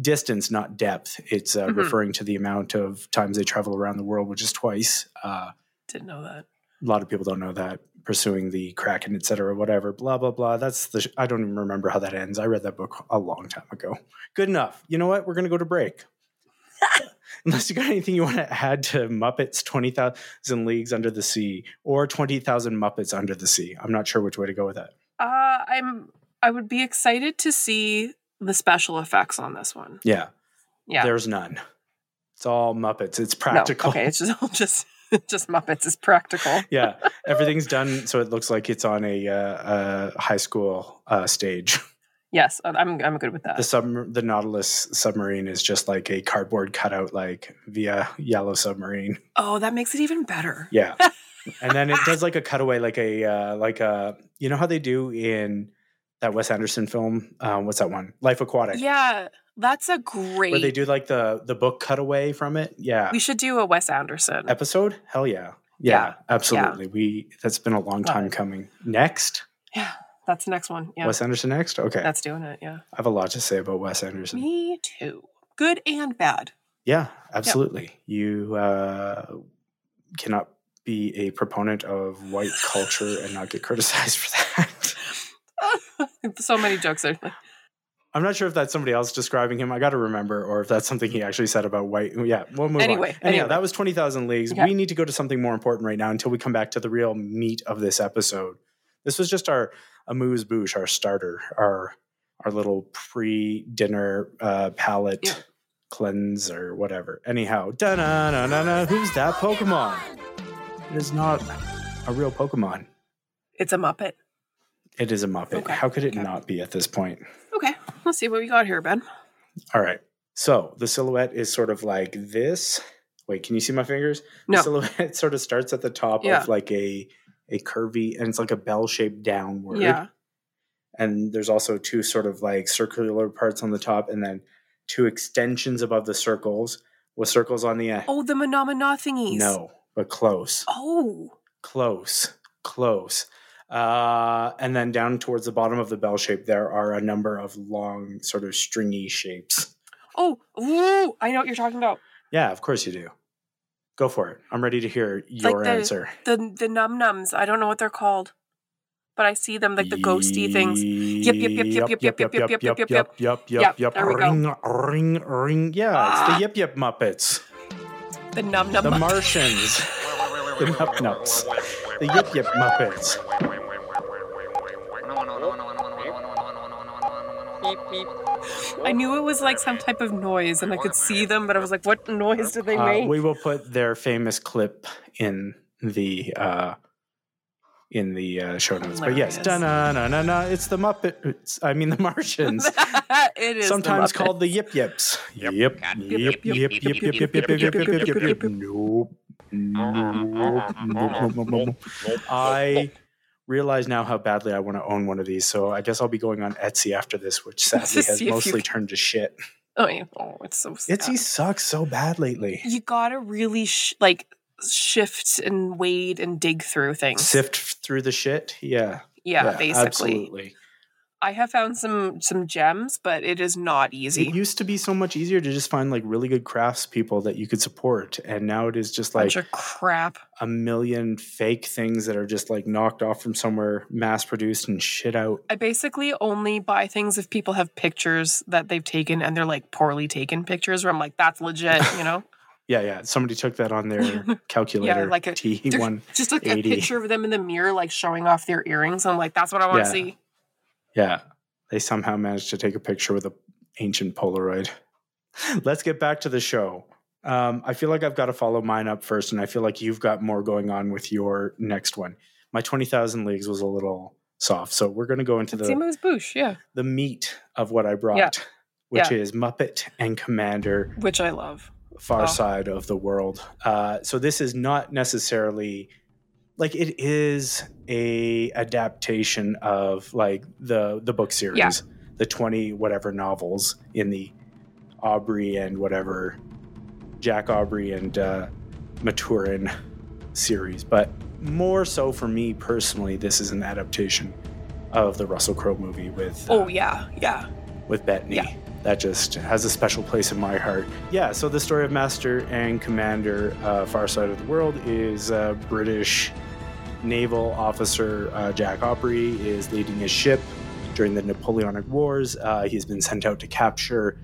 S2: distance, not depth. It's uh,
S1: Mhm.
S2: referring to the amount of times they travel around the world, which is twice. Uh,
S1: Didn't know that.
S2: a lot of people don't know that. Pursuing the Kraken, et cetera, whatever, blah blah blah. That's the. Sh- I don't even remember how that ends. I read that book a long time ago. Good enough. You know what? We're gonna go to break. Unless you got anything you want to add to Muppets Twenty Thousand Leagues Under the Sea or Twenty Thousand Muppets Under the Sea, I'm not sure which way to go with that.
S1: Uh, I'm I would be excited to see the special effects on this one.
S2: Yeah,
S1: Yeah.
S2: there's none. It's all Muppets. It's
S1: No,
S2: practical.
S1: okay. It's just all just just Muppets is practical.
S2: yeah, everything's done so it looks like it's on a, uh, uh high school uh, stage.
S1: Yes, I'm I'm good with that.
S2: the sub the Nautilus submarine is just like a cardboard cutout, like via Yellow Submarine.
S1: oh, that makes it even better.
S2: Yeah, and then it does like a cutaway, like a uh, like a you know how they do in that Wes Anderson film. Um, what's that one? Life Aquatic.
S1: Yeah, that's a great
S2: where they do like the the book cutaway from it. Yeah,
S1: we should do a Wes Anderson.
S2: episode. Hell yeah. Yeah,
S1: Yeah.
S2: absolutely. We that's been a long
S1: Love
S2: time
S1: it.
S2: coming. Next,
S1: yeah. That's the next one. Yeah.
S2: Wes Anderson next. Okay,
S1: that's doing it, yeah.
S2: I have a lot to say about Wes Anderson.
S1: Me too. Good and bad.
S2: Yeah, absolutely. You uh, cannot be a proponent of white culture and not get criticized for that.
S1: so many jokes are.
S2: I'm not sure if that's somebody else describing him. I got to remember, or if that's something he actually said about white. Yeah, we'll move
S1: Anyway,
S2: on. Anyhow,
S1: anyway.
S2: that was 20,000 Leagues.
S1: Yeah.
S2: We need to go to something more important right now until we come back to the real meat of this episode. This was just our amuse bouche, our starter, our our little pre dinner uh, palate
S1: Yeah.
S2: cleanse or whatever. Anyhow, da na na na na. Who's that Pokemon? It is not a real Pokemon.
S1: It's a Muppet.
S2: It is a Muppet.
S1: Okay,
S2: How could it
S1: okay.
S2: not be at this point?
S1: Okay, let's see what we got here, Ben.
S2: All right. So the silhouette is sort of like this. Wait, can you see my fingers?
S1: No.
S2: The silhouette sort of starts at the top
S1: Yeah.
S2: of like a a curvy and it's like a bell shaped downward.
S1: Yeah.
S2: and there's also two sort of like circular parts on the top and then two extensions above the circles with circles on the end.
S1: Oh, the Menomina thingies.
S2: no, but close.
S1: Oh,
S2: Close. Close. Uh, and then down towards the bottom of the bell shape, there are a number of long, sort of stringy shapes.
S1: oh, ooh! I know what you're talking about.
S2: Yeah, of course you do. Go for it. I'm ready to hear your
S1: the-
S2: answer.
S1: The the num nums. I don't know what they're called, but I see them like the ghosty things.
S2: Yep,
S1: yep, yep, yep, yep, yep, yep, yep, yep, yep.
S2: yep, yep, yep,
S1: Yep,
S2: yep.
S1: there we go.
S2: Ring, ring, ring. Yeah, it's the Yip Yip Muppets.
S1: Ah. The num num.
S2: The Martians. the Nup Nups. The Yip Yip Muppets.
S1: I knew it was like some type of noise, and I could see them, but I was like, "What noise do they
S2: Uh,
S1: make?"
S2: we will put their famous clip in the uh, in the uh, show notes. But yes,
S1: Hilarious.
S2: da na na na na. It's the Muppet. It's, I mean the Martians.
S1: it is the
S2: Sometimes
S1: Muppet.
S2: called the Yip Yips. Yip yip yip yip yip yip yip yip yip yip yip yip yip yip. Nope. Nope. Nope. Nope. Nope. I realize now how badly I want to own one of these, so I guess I'll be going on Etsy after this, which sadly has
S1: see if you
S2: mostly
S1: can-
S2: turned to shit.
S1: Oh, yeah. oh it's so sad.
S2: Etsy sucks so bad lately.
S1: you gotta really sh- like shift and wade and dig through things.
S2: Sift through the shit. Yeah.
S1: yeah, basically.
S2: Absolutely.
S1: I have found some some gems, but it is not easy.
S2: It used to be so much easier to just find like really good crafts people that you could support, and now it is just like
S1: Bunch of crap.
S2: a million fake things that are just like knocked off from somewhere, mass produced and shit out.
S1: I basically only buy things if people have pictures that they've taken and they're like poorly taken pictures where I'm like, that's legit, you know?
S2: Yeah, yeah. Somebody took that on their calculator.
S1: Yeah, like a-
S2: T
S1: they're-
S2: one.
S1: Just like a
S2: 80.
S1: picture of them in the mirror, like showing off their earrings. I'm like, that's what I want to
S2: Yeah.
S1: see.
S2: Yeah, they somehow managed to take a picture with an ancient Polaroid. Let's get back to the show. Um, I feel like I've got to follow mine up first, and I feel like you've got more going on with your next one. My twenty thousand leagues was a little soft, so we're going to go into the
S1: Same as Boosh, yeah.
S2: the meat of what I brought, which is Muppet and Commander
S1: Which I love.
S2: Far
S1: Oh.
S2: Side of the World. Uh, so this is not necessarily like it is a adaptation of like the the book series,
S1: Yeah.
S2: the twenty whatever novels in the Aubrey and whatever Jack Aubrey and uh, Maturin series, but more so for me personally, this is an adaptation of the Russell Crowe movie with uh,
S1: Oh yeah, yeah.
S2: with Bettany.
S1: Yeah.
S2: That just has a special place in my heart. Yeah, so the story of Master and Commander uh, Far Side of the World is uh, British naval officer uh, Jack Opry is leading his ship during the Napoleonic Wars. Uh, he's been sent out to capture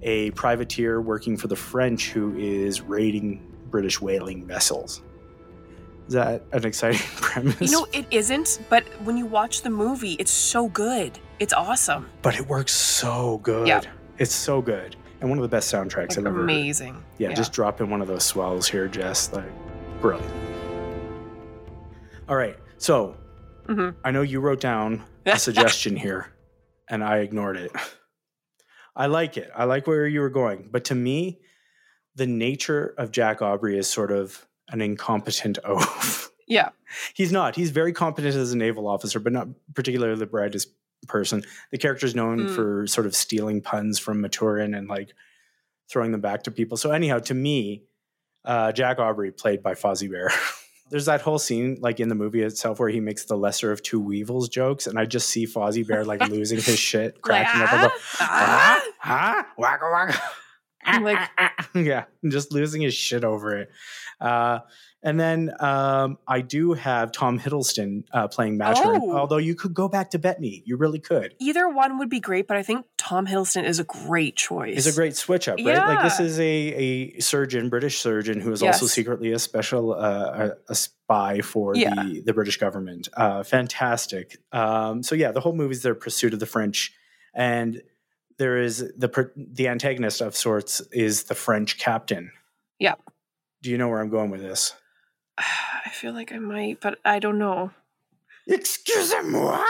S2: a privateer working for the French who is raiding British whaling vessels. Is that an exciting premise?
S1: You know, it isn't, but when you watch the movie, it's so good. It's awesome.
S2: but it works so good.
S1: Yeah.
S2: It's so good. And one of the best soundtracks
S1: Like,
S2: I've ever heard.
S1: amazing.
S2: yeah, just drop in one of those swells here, Jess. Like, brilliant. All right. So
S1: Mhm.
S2: I know you wrote down a suggestion here, and I ignored it. I like it. I like where you were going. But to me, the nature of Jack Aubrey is sort of an incompetent oaf.
S1: Yeah.
S2: He's not. He's very competent as a naval officer, but not particularly the brightest person. The character's known
S1: Mm.
S2: for sort of stealing puns from Maturin and like throwing them back to people. So anyhow, to me, uh, Jack Aubrey played by Fozzie Bear. There's that whole scene like in the movie itself where he makes the lesser of two weevils jokes, and I just see Fozzie Bear like losing his shit, cracking
S1: like,
S2: up. I go,
S1: "Ah,
S2: ah,
S1: ah."
S2: ah, waka waka.
S1: I'm like-
S2: yeah, just losing his shit over it. Uh, and then um, I do have Tom Hiddleston uh, playing Maturin,
S1: Oh.
S2: although you could go back to Bettany. You really could.
S1: Either one would be great, but I think Tom Hiddleston is a great choice.
S2: It's a great switch up, right? Like this
S1: Yeah.
S2: is a, a surgeon, British surgeon, who is also
S1: Yes.
S2: secretly a special uh, a, a spy for the,
S1: Yeah.
S2: the British government. Uh, fantastic. Um, so yeah, the whole movie's their pursuit of the French, and there is the pr- the antagonist of sorts is the French captain.
S1: Yeah.
S2: Do you know where I'm going with this?
S1: I feel like I might, but I don't know.
S2: Excusez-moi.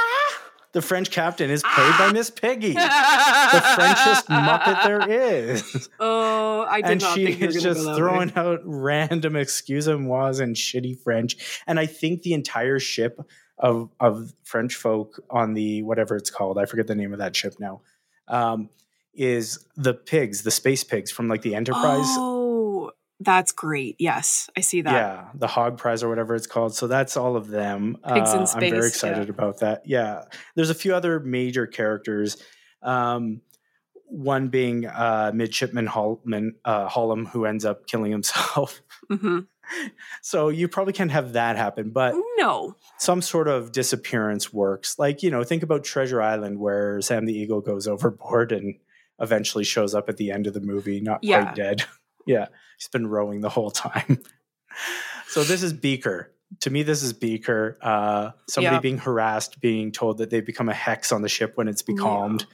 S2: The French captain is played by Miss Piggy. the Frenchest Muppet there is.
S1: Oh, I did
S2: and
S1: not
S2: she
S1: think you were
S2: is
S1: gonna go
S2: just
S1: that
S2: throwing
S1: way.
S2: out random excuse mois and shitty French. And I think the entire ship of of French folk on the whatever it's called. I forget the name of that ship now. Um, is the pigs, the space pigs from like the Enterprise
S1: Oh, that's great. Yes, I see that.
S2: yeah, the Hog Prize or whatever it's called. So that's all of them.
S1: Pigs in
S2: Uh, I'm very
S1: space,
S2: excited
S1: yeah.
S2: about that. Yeah, there's a few other major characters. Um, one being uh, Midshipman Holman, uh, Hollum, who ends up killing himself.
S1: hmm
S2: so you probably can't have that happen, but
S1: No.
S2: some sort of disappearance works. Like you know, think about Treasure Island, where Sam the Eagle goes overboard and eventually shows up at the end of the movie, not
S1: Yeah.
S2: quite dead. yeah, he's been rowing the whole time. so this is Beaker. To me, this is Beaker. Uh, somebody
S1: Yeah.
S2: being harassed, being told that they've become a hex on the ship when it's becalmed,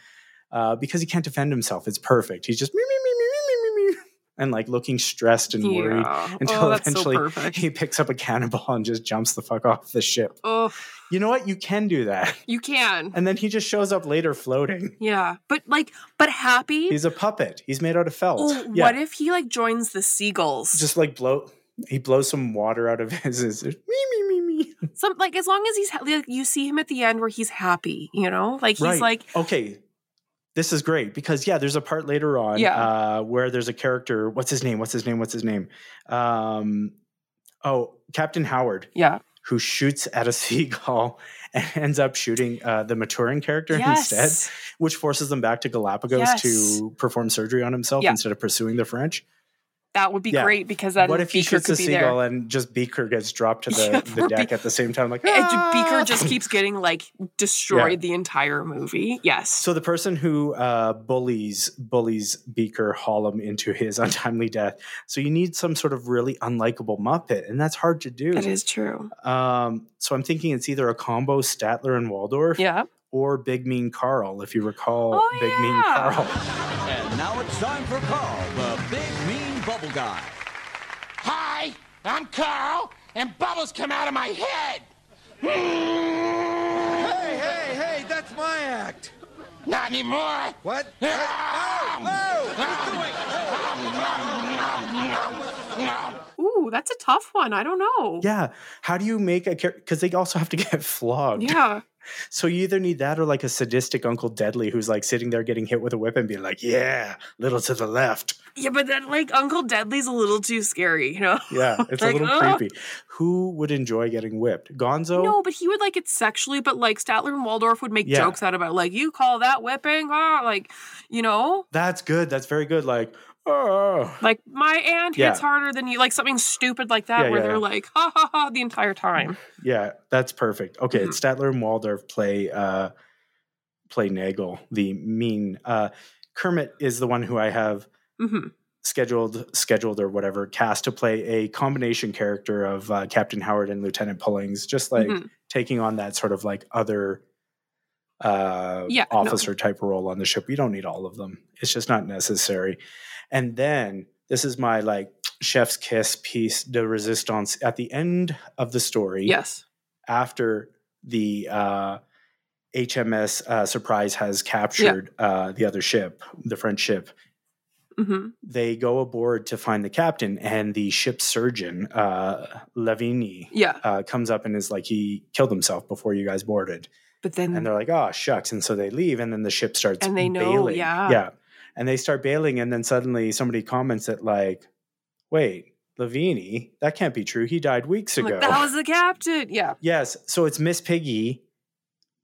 S2: uh, because he can't defend himself. It's perfect. He's just me me me me me me me, and like looking stressed and worried.
S1: Yeah.
S2: Until
S1: oh, that's
S2: eventually
S1: so perfect.
S2: He picks up a cannonball and just jumps the fuck off the ship
S1: Oh,
S2: you know what? You can do that.
S1: you can.
S2: And then he just shows up later floating.
S1: Yeah, but like, but happy.
S2: He's a puppet. He's made out of felt.
S1: Oh,
S2: yeah.
S1: what if he like joins the seagulls?
S2: just like blow he blows some water out of his, his me me me me.
S1: Some like as long as he's ha- like, you see him at the end where he's happy, you know, like he's
S2: Right.
S1: like
S2: Okay. This is great because yeah, there's a part later on
S1: Yeah.
S2: uh, where there's a character. What's his name? What's his name? What's his name? Um, oh, Captain Howard,
S1: yeah,
S2: who shoots at a seagull and ends up shooting uh, the maturing character instead.
S1: yes,
S2: which forces them back to Galapagos
S1: Yes.
S2: to perform surgery on himself
S1: Yeah.
S2: instead of pursuing the French.
S1: that would be
S2: Yeah.
S1: great because then
S2: what if he
S1: Beaker
S2: shoots
S1: could
S2: a
S1: be
S2: seagull
S1: there.
S2: and just Beaker gets dropped to
S1: Yeah,
S2: the, the
S1: poor
S2: deck
S1: Be-
S2: at the same time? Like,
S1: And Beaker
S2: "Ah!"
S1: just keeps getting like destroyed the entire movie. Yes,
S2: So the person who uh, bullies bullies Beaker Hollum into his untimely death. So you need some sort of really unlikable Muppet, and that's hard to do.
S1: that is true.
S2: Um, so I'm thinking it's either a combo Statler and Waldorf,
S1: Yeah,
S2: or Big Mean Carl. If you recall,
S1: Oh,
S2: Big Mean
S1: yeah.
S2: Carl.
S8: And now it's time for Carl, the big mean bubble guy.
S9: Hi, I'm Carl, and bubbles come out of my head.
S8: Hey, hey, hey, that's my act.
S9: Not anymore.
S8: What? Oh!
S1: ooh, that's a tough one. I don't know.
S2: Yeah. How do you make a character? Because they also have to get flogged.
S1: yeah,
S2: So you either need that or like a sadistic Uncle Deadly who's like sitting there getting hit with a whip and being like, yeah, little to the left.
S1: yeah. But then like Uncle Deadly's a little too scary, you know.
S2: Yeah. It's
S1: Like,
S2: a little
S1: "Ugh."
S2: creepy. Who would enjoy getting whipped? Gonzo?
S1: No, but he would like it sexually, but like Statler and Waldorf would make
S2: Yeah.
S1: jokes out about like you call that whipping, ah, like you know,
S2: That's good. That's very good. Like, oh.
S1: like my aunt
S2: Yeah.
S1: hits harder than you, like something stupid like that,
S2: Yeah,
S1: where
S2: yeah,
S1: they're
S2: yeah.
S1: like ha ha ha the entire time.
S2: Yeah. That's perfect. Okay. It's
S1: Mm-hmm.
S2: Statler and Waldorf play, uh, play Nagel, the mean. Uh, Kermit is the one who I have
S1: hmm
S2: scheduled scheduled or whatever cast to play a combination character of uh, Captain Howard and Lieutenant Pullings, just like
S1: Mhm.
S2: taking on that sort of like other uh
S1: Yeah, no.
S2: officer type role on the ship. You don't need all of them. It's just not necessary. And then this is my like chef's kiss piece de resistance at the end of the story
S1: Yes,
S2: after the uh, HMS uh, Surprise has captured uh, the other ship, the French ship
S1: hmm
S2: they go aboard to find the captain and the ship's surgeon uh lavini
S1: yeah.
S2: uh, comes up and is like he killed himself before you guys boarded
S1: But then
S2: and they're like oh shucks and so they leave and then the ship starts
S1: And they know,
S2: bailing
S1: yeah.
S2: yeah and they start bailing and then suddenly somebody comments that like wait lavini that can't be true he died weeks
S1: I'm
S2: ago
S1: like, that was the captain. Yeah.
S2: yes so it's miss piggy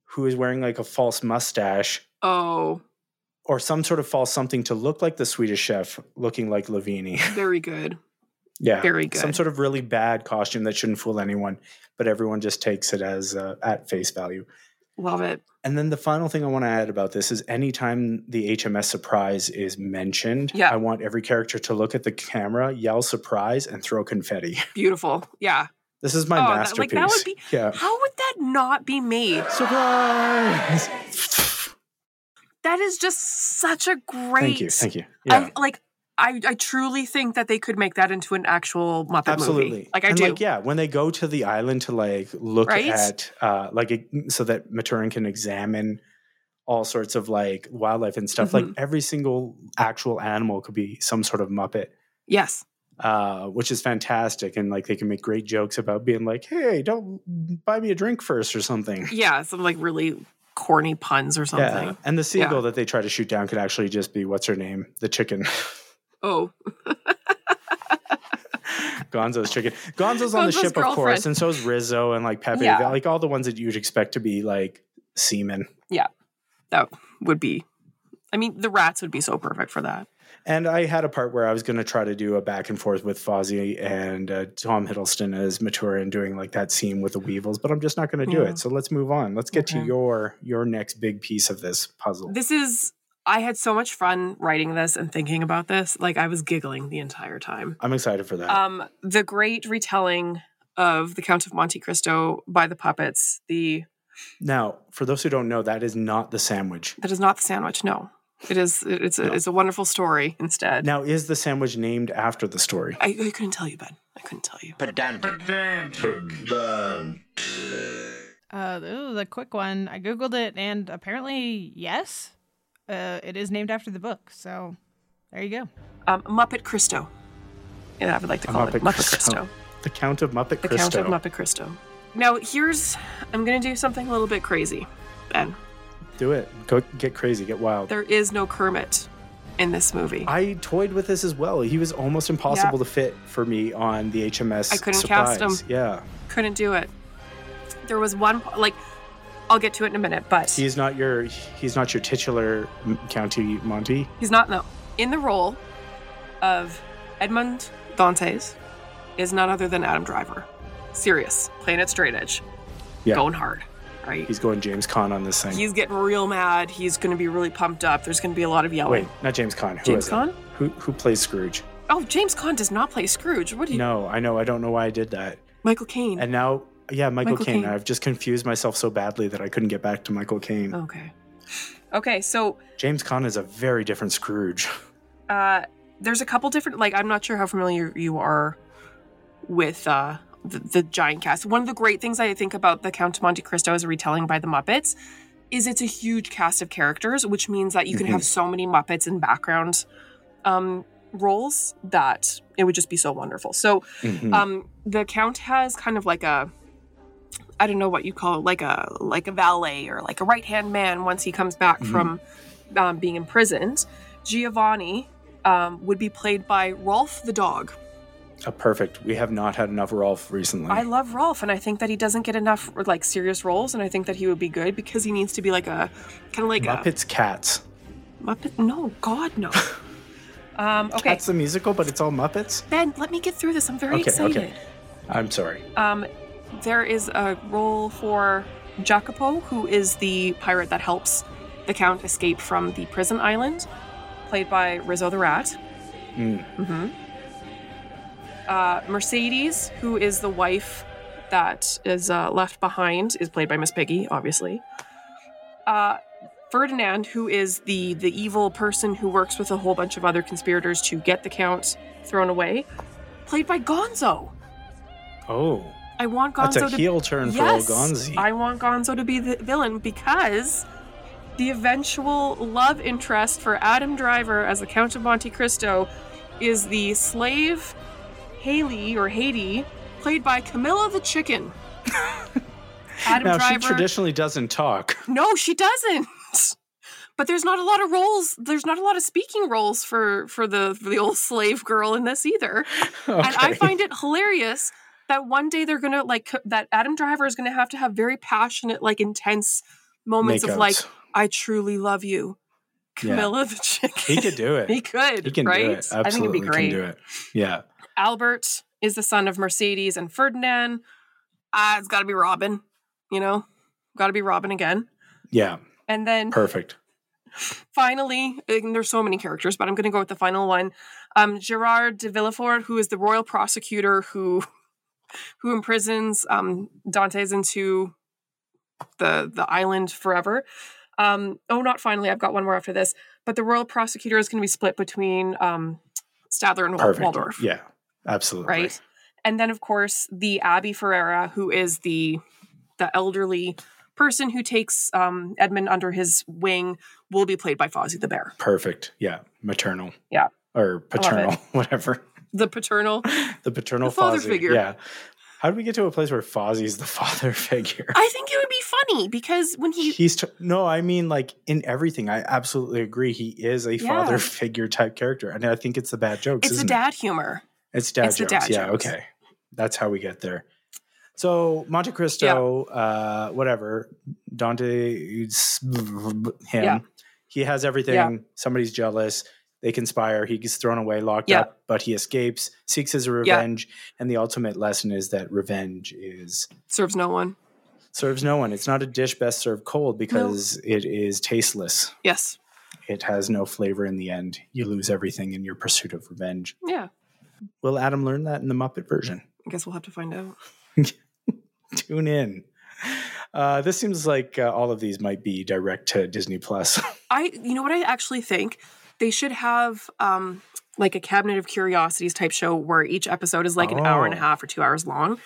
S2: who is wearing like a false mustache
S1: Oh,
S2: or some sort of false something to look like the swedish chef looking like lavini
S1: very good.
S2: Yeah.
S1: Very
S2: Some
S1: good.
S2: sort of really bad costume that shouldn't fool anyone, but everyone just takes it as uh, at face value.
S1: Love it.
S2: And then the final thing I want to add about this is anytime the HMS surprise is mentioned,
S1: Yeah.
S2: I want every character to look at the camera, yell surprise, and throw confetti.
S1: Beautiful. Yeah.
S2: This is my
S1: Oh, that- like,
S2: masterpiece.
S1: that would be-
S2: yeah.
S1: How would that not be made?
S2: Surprise!
S1: That is just such a great.
S2: Thank you. Thank you. Yeah.
S1: I like I I truly think that they could make that into an actual Muppet
S2: Absolutely.
S1: movie. Like I
S2: and
S1: do.
S2: Like, yeah, when they go to the island to like look
S1: Right?
S2: at uh like it, so that Maturin can examine all sorts of like
S1: Mm-hmm.
S2: wildlife and stuff. Like every single actual animal could be some sort of Muppet.
S1: Yes.
S2: uh, which is fantastic. And like they can make great jokes about being like, hey, don't buy me a drink first or something.
S1: Yeah, some like really corny puns or something.
S2: Yeah. And the seagull that they try to shoot down could actually just be what's her name? The chicken.
S1: Oh,
S2: Gonzo's chicken. Gonzo's on the
S1: Gonzo's
S2: ship, of course,
S1: girlfriend.
S2: and so is Rizzo and like Pepe.
S1: Yeah.
S2: They're, Like all the ones that you'd expect to be like seamen.
S1: that would be. I mean, the rats would be so perfect for that.
S2: And I had a part where I was going to try to do a back and forth with Fozzie and uh, Tom Hiddleston as Matura and doing like that scene with the Weevils, but I'm just not going to do
S1: Yeah.
S2: it. So let's move on. Let's get to
S1: Okay.
S2: your your next big piece of this puzzle.
S1: This is. I had so much fun writing this and thinking about this. Like I was giggling the entire time.
S2: I'm excited for that.
S1: Um, the great retelling of the Count of Monte Cristo by the puppets. The
S2: now, for those who don't know, that is not the sandwich.
S1: that is not the sandwich. No, it is. It's a,
S2: No.
S1: it's a wonderful story instead.
S2: Now, is the sandwich named after the story?
S1: I, I couldn't tell you, Ben. I couldn't tell you.
S10: Uh, this was a quick one. I googled it, and apparently, yes, uh, it is named after the book. So, there you go.
S1: Um, Muppet Cristo. Yeah, I would Oh, like to call it Muppet Cristo.
S2: The Count of Muppet
S1: The
S2: Cristo.
S1: Count of Muppet Cristo. Now, here's I'm going to do something a little bit crazy, Ben.
S2: Do it. Go get crazy. Get wild.
S1: There is no Kermit in this movie. I,
S2: I toyed with this as well. He was almost impossible to fit for me on the HMS.
S1: I couldn't
S2: surprise.
S1: cast him.
S2: Yeah,
S1: couldn't do it. There was one like I'll get to it in a minute, but he's,
S2: he's not your he's not your titular M- County Monty.
S1: not no in the role of Edmund Dantes is none other than Adam Driver. Serious, playing it straight edge,
S2: Yeah.
S1: going hard, right?
S2: He's going James Con on this thing.
S1: He's getting real mad. He's going to be really pumped up. There's going to be a lot of yelling.
S2: Wait, not James Con. Who
S1: James
S2: is it?
S1: Caan?
S2: Who who plays Scrooge?
S1: Oh, James Caan does not play Scrooge. What do you?
S2: No, I know. I don't know why I did that.
S1: Michael Caine.
S2: And now, yeah, Michael
S1: Michael
S2: Caine.
S1: Caine.
S2: I've just confused myself so badly that I couldn't get back to Michael Caine.
S1: okay. Okay, so
S2: James Con is a very different Scrooge.
S1: uh, there's a couple different. Like, I'm not sure how familiar you are with uh, the, the giant cast. One of the great things I think about the Count of Monte Cristo as a retelling by the Muppets is it's a huge cast of characters, which means that you can
S2: Mhm.
S1: have so many Muppets and background um, roles that it would just be so wonderful. So
S2: Mhm.
S1: um the count has kind of like a i don't know what you call it like a like a valet or like a right hand man once he comes back
S2: Mhm.
S1: from um, being imprisoned giovanni um, would be played by rolf the dog
S2: a perfect. We have not had enough Rolf recently.
S1: i love rolf and i think that he doesn't get enough like serious roles and i think that he would be good because he needs to be like a kind of like
S2: Muppets Cats.
S1: a muppet no god no um okay
S2: Cats the musical, but it's all Muppets.
S1: ben let me get through this i'm very
S2: Okay, okay.
S1: excited
S2: I'm sorry.
S1: Um, there is a role for Jacopo, who is the pirate that helps the Count escape from the prison island, played by Rizzo the Rat.
S2: Mm.
S1: hmm Uh, Mercedes, who is the wife that is uh, left behind, is played by Miss Piggy, obviously. Uh, Ferdinand, who is the the evil person who works with a whole bunch of other conspirators to get the Count thrown away, played by Gonzo.
S2: Oh,
S1: I want Gonzo
S2: that's
S1: to
S2: a heel turn for old Gonzi.
S1: I want Gonzo to be the villain because the eventual love interest for Adam Driver as the Count of Monte Cristo is the slave Haley or Haiti, played by Camilla the Chicken. Adam
S2: now
S1: Driver.
S2: she traditionally doesn't talk.
S1: no, she doesn't. But there's not a lot of roles. There's not a lot of speaking roles for for the for the old slave girl in this either.
S2: Okay.
S1: And I find it hilarious that one day they're gonna like c- that Adam Driver is gonna have to have very passionate, like intense moments of like,
S2: Makeouts.
S1: I truly love you,
S2: Yeah.
S1: Camilla the chicken.
S2: he could do it.
S1: He could.
S2: He can
S1: right?
S2: do it. Absolutely
S1: I think it'd be great.
S2: can do it. Yeah.
S1: Albert is the son of Mercedes and Ferdinand. Ah, it's got to be Robin. You know, got to be Robin again.
S2: Yeah.
S1: And then
S2: Perfect.
S1: finally, and there's so many characters, but I'm going to go with the final one. Um, Gerard de Villefort, who is the royal prosecutor who who imprisons um, Dantes into the the island forever. Um, oh, not finally. I've got one more after this. But the royal prosecutor is going to be split between um, Stadler and Wal-
S2: Perfect.
S1: Waldorf,
S2: Yeah. Absolutely.
S1: right? And then, of course, the Abbey Ferreira, who is the the elderly person who takes um, Edmund under his wing, will be played by Fozzie the Bear.
S2: Perfect. Yeah. Maternal.
S1: Yeah.
S2: Or
S1: I love it.
S2: paternal, whatever.
S1: the paternal.
S2: the paternal
S1: The father
S2: Fozzie.
S1: figure.
S2: Yeah. How do we get to a place where Fozzie's the father figure?
S1: I think it would be funny because when he
S2: He's t- no, I mean like in everything. I absolutely agree. He is a
S1: Yeah.
S2: father figure type character, and I think it's the bad jokes.
S1: it's a
S2: isn't
S1: dad humor.
S2: It? It's dad
S1: it's the
S2: jokes.
S1: dad
S2: yeah,
S1: jokes.
S2: okay, that's how we get there. So Monte Cristo, uh, whatever Dante, it's him.
S1: Yeah.
S2: He has everything.
S1: Yeah.
S2: Somebody's jealous. They conspire. He gets thrown away, locked
S1: Yeah.
S2: up, but he escapes, seeks his revenge, and the ultimate lesson is that revenge is
S1: Serves no one.
S2: serves no one. It's not a dish best served cold because it is tasteless.
S1: Yes.
S2: It has no flavor in the end. You lose everything in your pursuit of revenge.
S1: Yeah.
S2: Will Adam learn that in the Muppet version?
S1: I guess we'll have to find out.
S2: Tune in. Uh, this seems like uh, all of these might be direct to Disney Plus. Uh,
S1: I you know what I actually think they should have um like a cabinet of curiosities type show where each episode is like an hour and a
S2: Oh.
S1: half or 2 hours long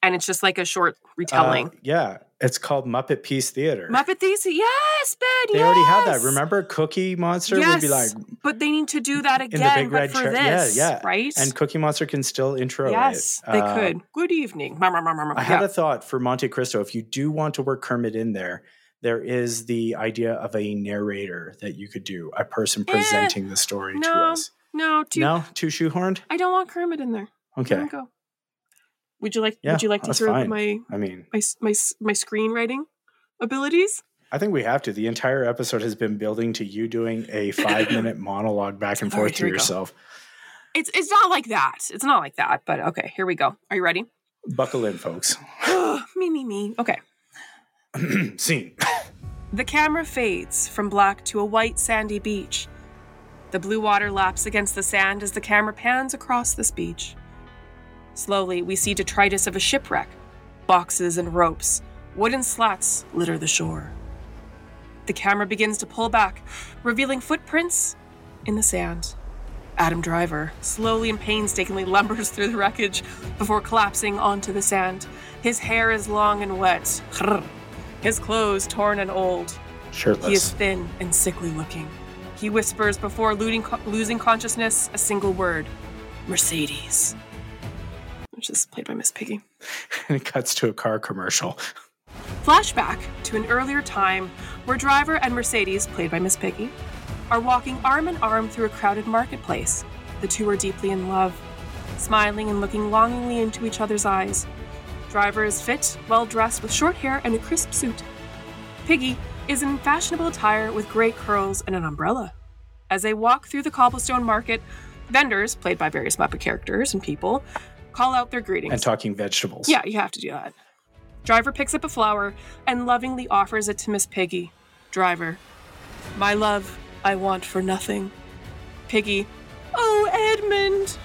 S1: and it's just like a short retelling.
S2: Uh, yeah, it's called Muppet Peace Theater.
S1: Muppet Thieves, yes, Ben.
S2: they already have that.
S1: yes!
S2: Remember, Cookie Monster would be like,
S1: Yes, but they need to do that
S2: the
S1: again,
S2: big
S1: but
S2: red
S1: for
S2: chair- yeah,
S1: this,
S2: yeah.
S1: right?
S2: and Cookie Monster can still intro
S1: yes,
S2: it.
S1: they
S2: Uh,
S1: could. Good evening. Mah, mah, mah, mah, mah.
S2: I had
S1: Yeah.
S2: a thought for Monte Cristo. If you do want to work Kermit in there, there is the idea of a narrator that you could do, a person presenting the story to
S1: Eh, no,
S2: us.
S1: no, too.
S2: no, too shoehorned.
S1: I don't want Kermit in there. Let
S2: Okay,
S1: him go. Would you like?
S2: Yeah,
S1: would you like to
S2: that's
S1: hear
S2: fine.
S1: my
S2: I mean,
S1: my s- my s- my screenwriting abilities?
S2: I think we have to. The entire episode has been building to you doing a five-minute monologue back and
S1: All
S2: forth
S1: right,
S2: to
S1: here we go.
S2: yourself.
S1: It's it's not like that. It's not like that. But okay, here we go. Are you ready?
S2: Buckle in, folks.
S1: me me me. Okay.
S2: Scene.
S1: The camera fades from black to a white sandy beach. The blue water laps against the sand as the camera pans across this beach. Slowly, we see detritus of a shipwreck. Boxes and ropes, wooden slats litter the shore. The camera begins to pull back, revealing footprints in the sand. Adam Driver slowly and painstakingly lumbers through the wreckage before collapsing onto the sand. His hair is long and wet, his clothes torn and old.
S2: Shirtless.
S1: He is thin and sickly looking. He whispers before looting, losing consciousness a single word Mercedes. Which is played by Miss Piggy.
S2: and it cuts to a car commercial.
S1: Flashback to an earlier time where Driver and Mercedes, played by Miss Piggy, are walking arm in arm through a crowded marketplace. The two are deeply in love, smiling and looking longingly into each other's eyes. Driver is fit, well dressed, with short hair and a crisp suit. Piggy is in fashionable attire with great curls and an umbrella. As they walk through the cobblestone market, vendors, played by various Muppet characters and people, call out their greetings.
S2: And talking vegetables.
S1: Yeah, you have to do that. Driver picks up a flower and lovingly offers it to Miss Piggy. Driver, my love, I want for nothing. Piggy, oh, Edmund!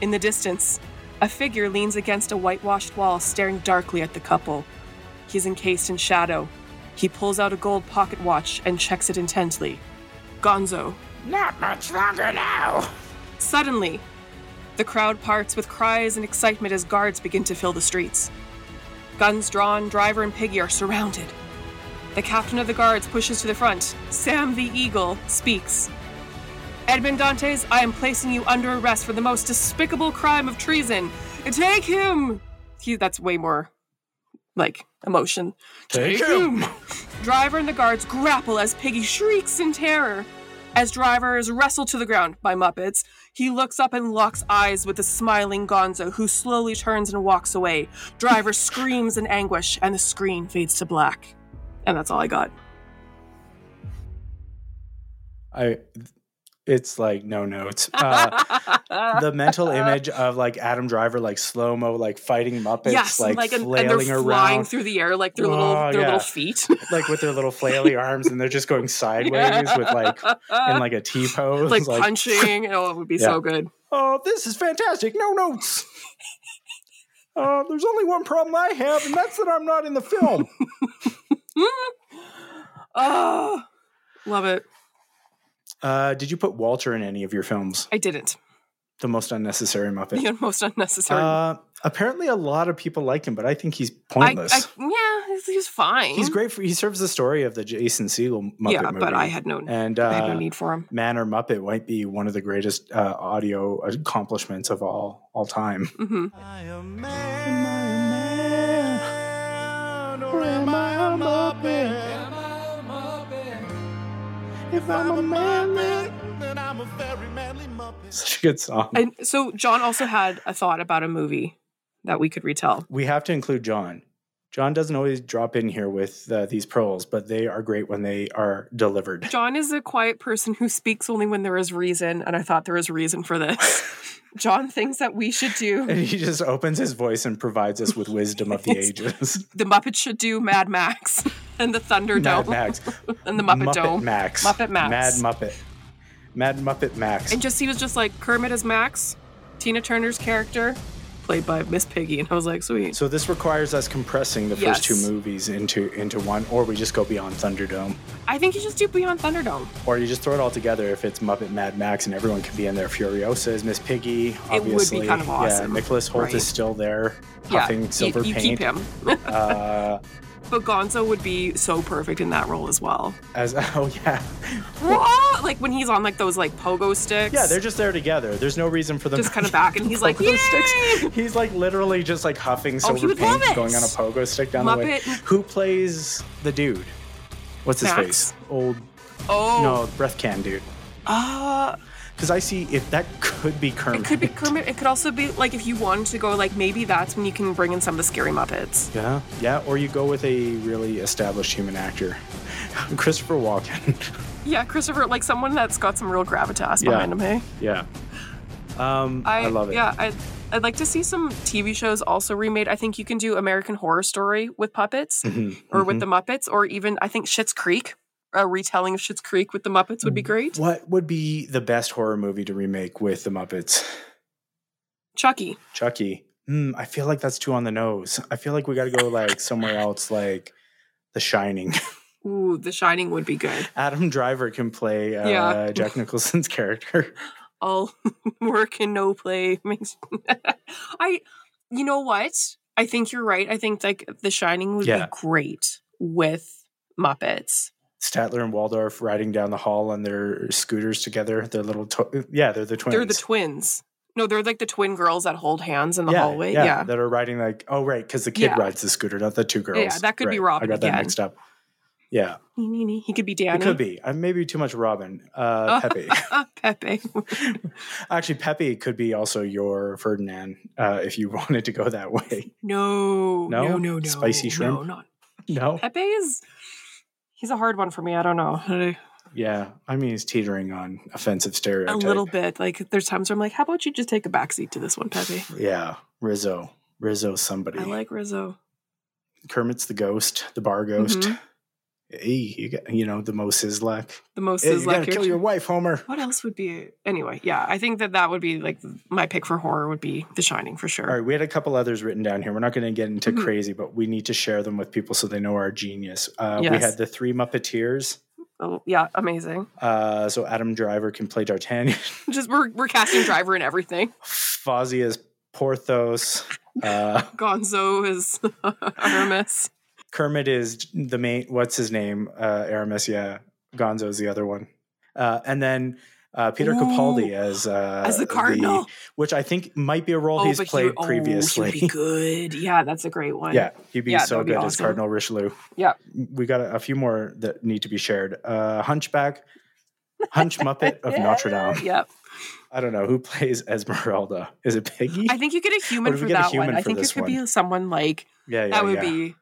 S1: In the distance, a figure leans against a whitewashed wall, staring darkly at the couple. He's encased in shadow. He pulls out a gold pocket watch and checks it intently. Gonzo,
S9: Not much longer now.
S1: Suddenly, the crowd parts with cries and excitement as guards begin to fill the streets. Guns drawn, driver and piggy are surrounded. The captain of the guards pushes to the front. Sam the Eagle speaks. Edmund Dantes, I am placing you under arrest for the most despicable crime of treason. Take him! He, that's way more like emotion.
S2: Take
S1: him! Driver and the guards grapple as Piggy shrieks in terror. As Driver is wrestled to the ground by Muppets, he looks up and locks eyes with the smiling Gonzo, who slowly turns and walks away. Driver screams in anguish, and the screen fades to black. And that's all I got.
S2: I it's like no notes. Uh, the mental image of like Adam Driver like slow mo like fighting Muppets
S1: yes,
S2: like,
S1: like an, and they're
S2: flailing
S1: flying
S2: around
S1: through the air like their
S2: Oh,
S1: little their
S2: yeah.
S1: little feet.
S2: like with their little flaily arms and they're just going sideways with like in like a T pose
S1: like, punching. Oh, it would be
S2: Yeah.
S1: so good.
S2: Oh, this is fantastic. No notes. Uh, there's only one problem I have, and that's that I'm not in the film.
S1: Oh, love it.
S2: Uh, did you put Walter in any of your films?
S1: I didn't.
S2: The most unnecessary Muppet.
S1: The most unnecessary.
S2: Uh, Apparently, a lot of people like him, but I think he's
S1: I,
S2: pointless.
S1: I, yeah, he's, he's fine.
S2: he's great for he serves the story of the Jason Siegel Muppet
S1: yeah,
S2: movie.
S1: but I had no,
S2: and
S1: I had
S2: uh,
S1: no need for him.
S2: Man or Muppet might be one of the greatest uh, audio accomplishments of all all time.
S1: hmm
S2: If I'm a man, Such a good song.
S1: And so John also had a thought about a movie that we could retell.
S2: we have to include John. John doesn't always drop in here with uh, these pearls, but they are great when they are delivered.
S1: John is a quiet person who speaks only when there is reason, and I thought there was reason for this. John thinks that we should do
S2: And he just opens his voice and provides us with wisdom of the ages.
S1: the Muppets should do Mad Max and the
S2: Mad
S1: Thunderdome
S2: Max.
S1: and the Muppet,
S2: Muppet
S1: Dome.
S2: Max.
S1: Muppet Max.
S2: Mad Muppet. Mad Muppet Max.
S1: And just he was just like Kermit is Max, Tina Turner's character, played by Miss Piggy, and I was like, sweet.
S2: so this requires us compressing the
S1: Yes.
S2: first two movies into into one, or we just go beyond Thunderdome,
S1: I think you just do Beyond Thunderdome.
S2: or you just throw it all together if it's Muppet Mad Max and everyone can be in there. Furiosa is Miss Piggy,
S1: It would be
S2: obviously.
S1: kind of awesome,
S2: Yeah, Nicholas Holt
S1: right?
S2: is still there,
S1: Yeah,
S2: puffing
S1: you-
S2: silver
S1: you, keep
S2: paint.
S1: him.
S2: Uh,
S1: But Gonzo would be so perfect in that role as well.
S2: as oh yeah,
S1: Whoa! Like when he's on like those like pogo sticks.
S2: yeah, they're just there together. There's no reason for them.
S1: just
S2: to
S1: kind of
S2: be
S1: back, and he's like,
S2: pogo
S1: Yay!
S2: sticks. He's like literally just like huffing
S1: Oh, he
S2: silver
S1: would love
S2: paint,
S1: it.
S2: going on a pogo stick down the way.
S1: Muppet.
S2: Who plays the dude? What's his
S1: Max?
S2: face? Old
S1: Oh,
S2: no, breath can dude.
S1: uh,
S2: Because I see if that could be Kermit.
S1: it could be Kermit. It could also be like if you wanted to go like maybe that's when you can bring in some of the scary Muppets.
S2: Yeah, yeah. Or you go with a really established human actor, Christopher Walken.
S1: Yeah, Christopher, like someone that's got some real gravitas
S2: Yeah.
S1: behind him. eh? Hey,
S2: yeah. Um, I,
S1: I,
S2: love it.
S1: Yeah, I. I'd like to see some TV shows also remade. I think you can do American Horror Story with puppets
S2: Mm-hmm.
S1: or with the Muppets, or even I think Schitt's Creek, a retelling of Schitt's Creek with the Muppets
S2: Mm.
S1: would be great.
S2: Mm-hmm. What would be the best horror movie to remake with the Muppets?
S1: Chucky.
S2: Chucky. Hmm, I feel like that's too on the nose. I feel like we got to go like somewhere else, like The Shining.
S1: Ooh, The Shining would be good.
S2: Adam Driver can play uh,
S1: Yeah.
S2: Jack Nicholson's character.
S1: all work and no play makes I you know what? I think you're right. I think like The Shining would
S2: Yeah.
S1: be great with Muppets.
S2: Statler and Waldorf riding down the hall on their scooters together. Their little, to- yeah, they're the twins.
S1: They're the twins. No, they're like the twin girls that hold hands in the
S2: yeah,
S1: hallway.
S2: yeah,
S1: Yeah.
S2: that are riding like oh right, because the kid
S1: Yeah.
S2: rides the scooter, not the two girls.
S1: that could be
S2: Right,
S1: Robin
S2: I got that
S1: again.
S2: mixed up. Yeah,
S1: Nee, nee, nee. He could be Danny. Oh.
S2: it could be. I maybe too much Robin. Uh, Pepe.
S1: Pepe.
S2: Actually, Pepe could be also your Ferdinand uh, if you wanted to go that way.
S1: No,
S2: No?
S1: no, no, no.
S2: Spicy shrimp?
S1: No, not
S2: No.
S1: Pepe is he's a hard one for me. I don't know. A
S2: Yeah, I mean he's teetering on offensive stereotype.
S1: little bit. Like there's times where I'm like, how about you just take a backseat to this one, Pepe?
S2: Yeah, Rizzo, Rizzo, somebody.
S1: I like Rizzo.
S2: Kermit's the ghost, the bar ghost.
S1: Mhm.
S2: Hey, you got you know the Mo Sizlak.
S1: The most
S2: Hey, you
S1: is like
S2: gotta kill your wife, Homer.
S1: What else would be anyway? Yeah, I think that that would be like my pick for horror would be The Shining for sure.
S2: All right, we had a couple others written down here. We're not going to get into
S1: Mhm.
S2: crazy, but we need to share them with people so they know our genius. Uh, We
S1: Yes.
S2: had the three Muppeteers.
S1: Oh, yeah, amazing.
S2: Uh, so Adam Driver can play D'Artagnan.
S1: Just we're we're casting Driver and everything.
S2: Fozzie is Porthos. Uh,
S1: Gonzo is Aramis.
S2: Kermit is the main. What's his name? Uh, Aramis. Yeah, Gonzo is the other one. Uh, and then uh, Peter Capaldi
S1: Ooh,
S2: as uh,
S1: Oh. as the cardinal.
S2: which I think might be a role he's
S1: but he
S2: played
S1: would- oh, he would
S2: previously.
S1: be good. Yeah, that's a great one.
S2: Yeah, he'd be
S1: Yeah, that
S2: so
S1: would be
S2: good as
S1: awesome.
S2: Cardinal Richelieu.
S1: Yeah.
S2: we got a, a few more that need to be shared. Uh, Hunchback, Hunch Muppet of Notre Dame.
S1: Yep.
S2: I don't know who plays Esmeralda. Is it Piggy?
S1: I think you get a
S2: What
S1: human
S2: if we
S1: for
S2: get a
S1: that
S2: human
S1: one. I
S2: for
S1: think it
S2: this
S1: could
S2: one?
S1: be someone like
S2: yeah, yeah,
S1: that would
S2: yeah.
S1: be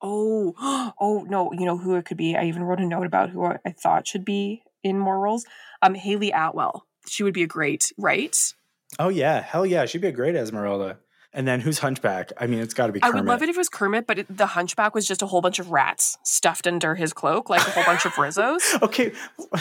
S1: oh oh no you know who it could be i even wrote a note about who i thought should be in more roles um haley atwell she would be a great right
S2: Oh yeah, hell yeah, she'd be a great Esmeralda. And then who's Hunchback? I mean, it's got to be.
S1: i
S2: Kermit.
S1: would love it if it was kermit but it, the hunchback was just a whole bunch of rats stuffed under his cloak like a whole bunch of rizzos
S2: Okay,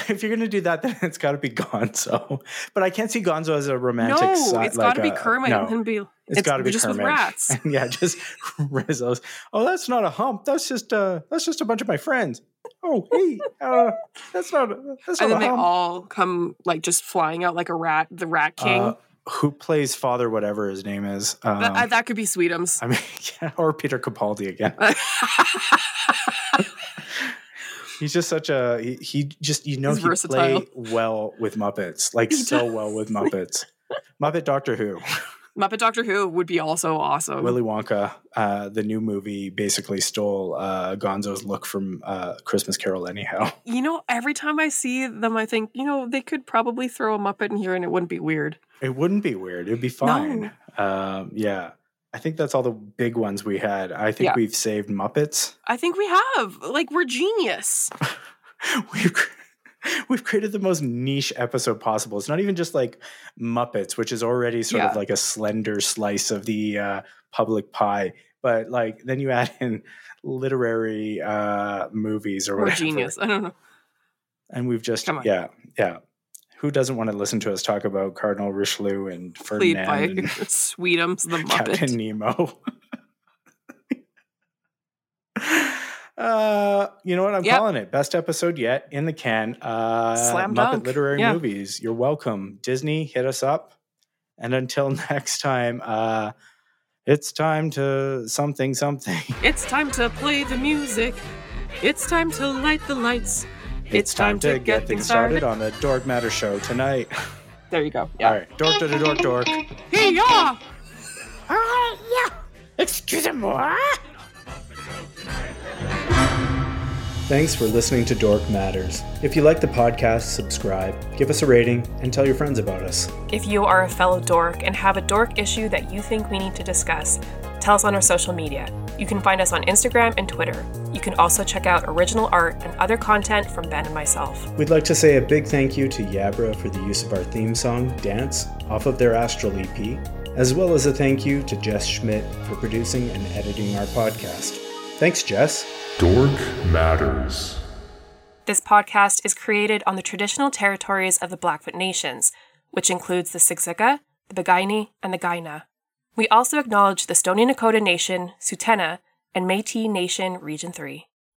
S2: if you're gonna do that, then it's got to be Gonzo. But I can't see Gonzo as a romantic.
S1: no
S2: si-
S1: it's
S2: like
S1: got to be
S2: a-
S1: kermit
S2: no.
S1: and him be
S2: it's got to be
S1: just
S2: Kermit.
S1: with rats
S2: And yeah, just Rizzo's. Oh, that's not a hump. That's just uh, that's just a bunch of my friends. Oh, hey, uh, that's not that's
S1: and then
S2: not a
S1: they
S2: hump.
S1: all come like just flying out like a rat the rat king
S2: Uh, who plays father whatever his name is. Um,
S1: That, uh, that could be Sweetums.
S2: I mean, yeah, or Peter Capaldi again. He's just such a he, he just you know
S1: He's
S2: he
S1: versatile.
S2: play well with Muppets, like so well with Muppets. Muppet Doctor Who,
S1: Muppet Doctor Who would be also awesome.
S2: Willy Wonka, uh, the new movie basically stole uh, Gonzo's look from uh, Christmas Carol. Anyhow,
S1: you know, every time I see them, I think, you know, they could probably throw a Muppet in here and it wouldn't be weird.
S2: it wouldn't be weird; it'd be fine. Um, yeah, I think that's all the big ones we had. I think
S1: Yeah.
S2: we've saved Muppets.
S1: I think we have. Like, we're genius.
S2: we've cr- we've created the most niche episode possible. It's not even just like Muppets, which is already sort of
S1: Yeah.
S2: like a slender slice of the uh, public pie, but like then you add in literary uh, movies or
S1: We're
S2: whatever,
S1: genius. I don't know.
S2: and we've just
S1: Come on.
S2: yeah yeah. Who doesn't want to listen to us talk about Cardinal Richelieu and
S1: Played by
S2: Ferdinand and
S1: Sweetums the Muppet.
S2: Captain Nemo? Uh, you know what? I'm
S1: Yep.
S2: calling it best episode yet in the can. Uh,
S1: Slam
S2: Muppet
S1: dunk.
S2: literary
S1: Yeah.
S2: movies. You're welcome, Disney. Hit us up, and until next time, uh, it's time to something something.
S1: It's time to play the music. It's time to light the lights. It's, time, to, get things started.
S2: on the Dork Matter Show tonight.
S1: There you go. Yeah.
S2: All right, dork, dork, dork, dork.
S1: Hey, y'all!
S2: Thanks for listening to Dork Matters. If you like the podcast, subscribe, give us a rating, and tell your friends about us.
S11: If you are a fellow dork and have a dork issue that you think we need to discuss, tell us on our social media. You can find us on Instagram and Twitter. You can also check out original art and other content from Ben and myself.
S2: We'd like to say a big thank you to Yabra for the use of our theme song, Dance, off of their Astral EP, as well as a thank you to Jess Schmidt for producing and editing our podcast. Thanks, Jess.
S3: Dork Matters.
S11: This podcast is created on the traditional territories of the Blackfoot Nations, which includes the Siksika, the Bagaini, and the Gaina. We also acknowledge the Stony Nakota Nation, Sutena, and Metis Nation Region 3.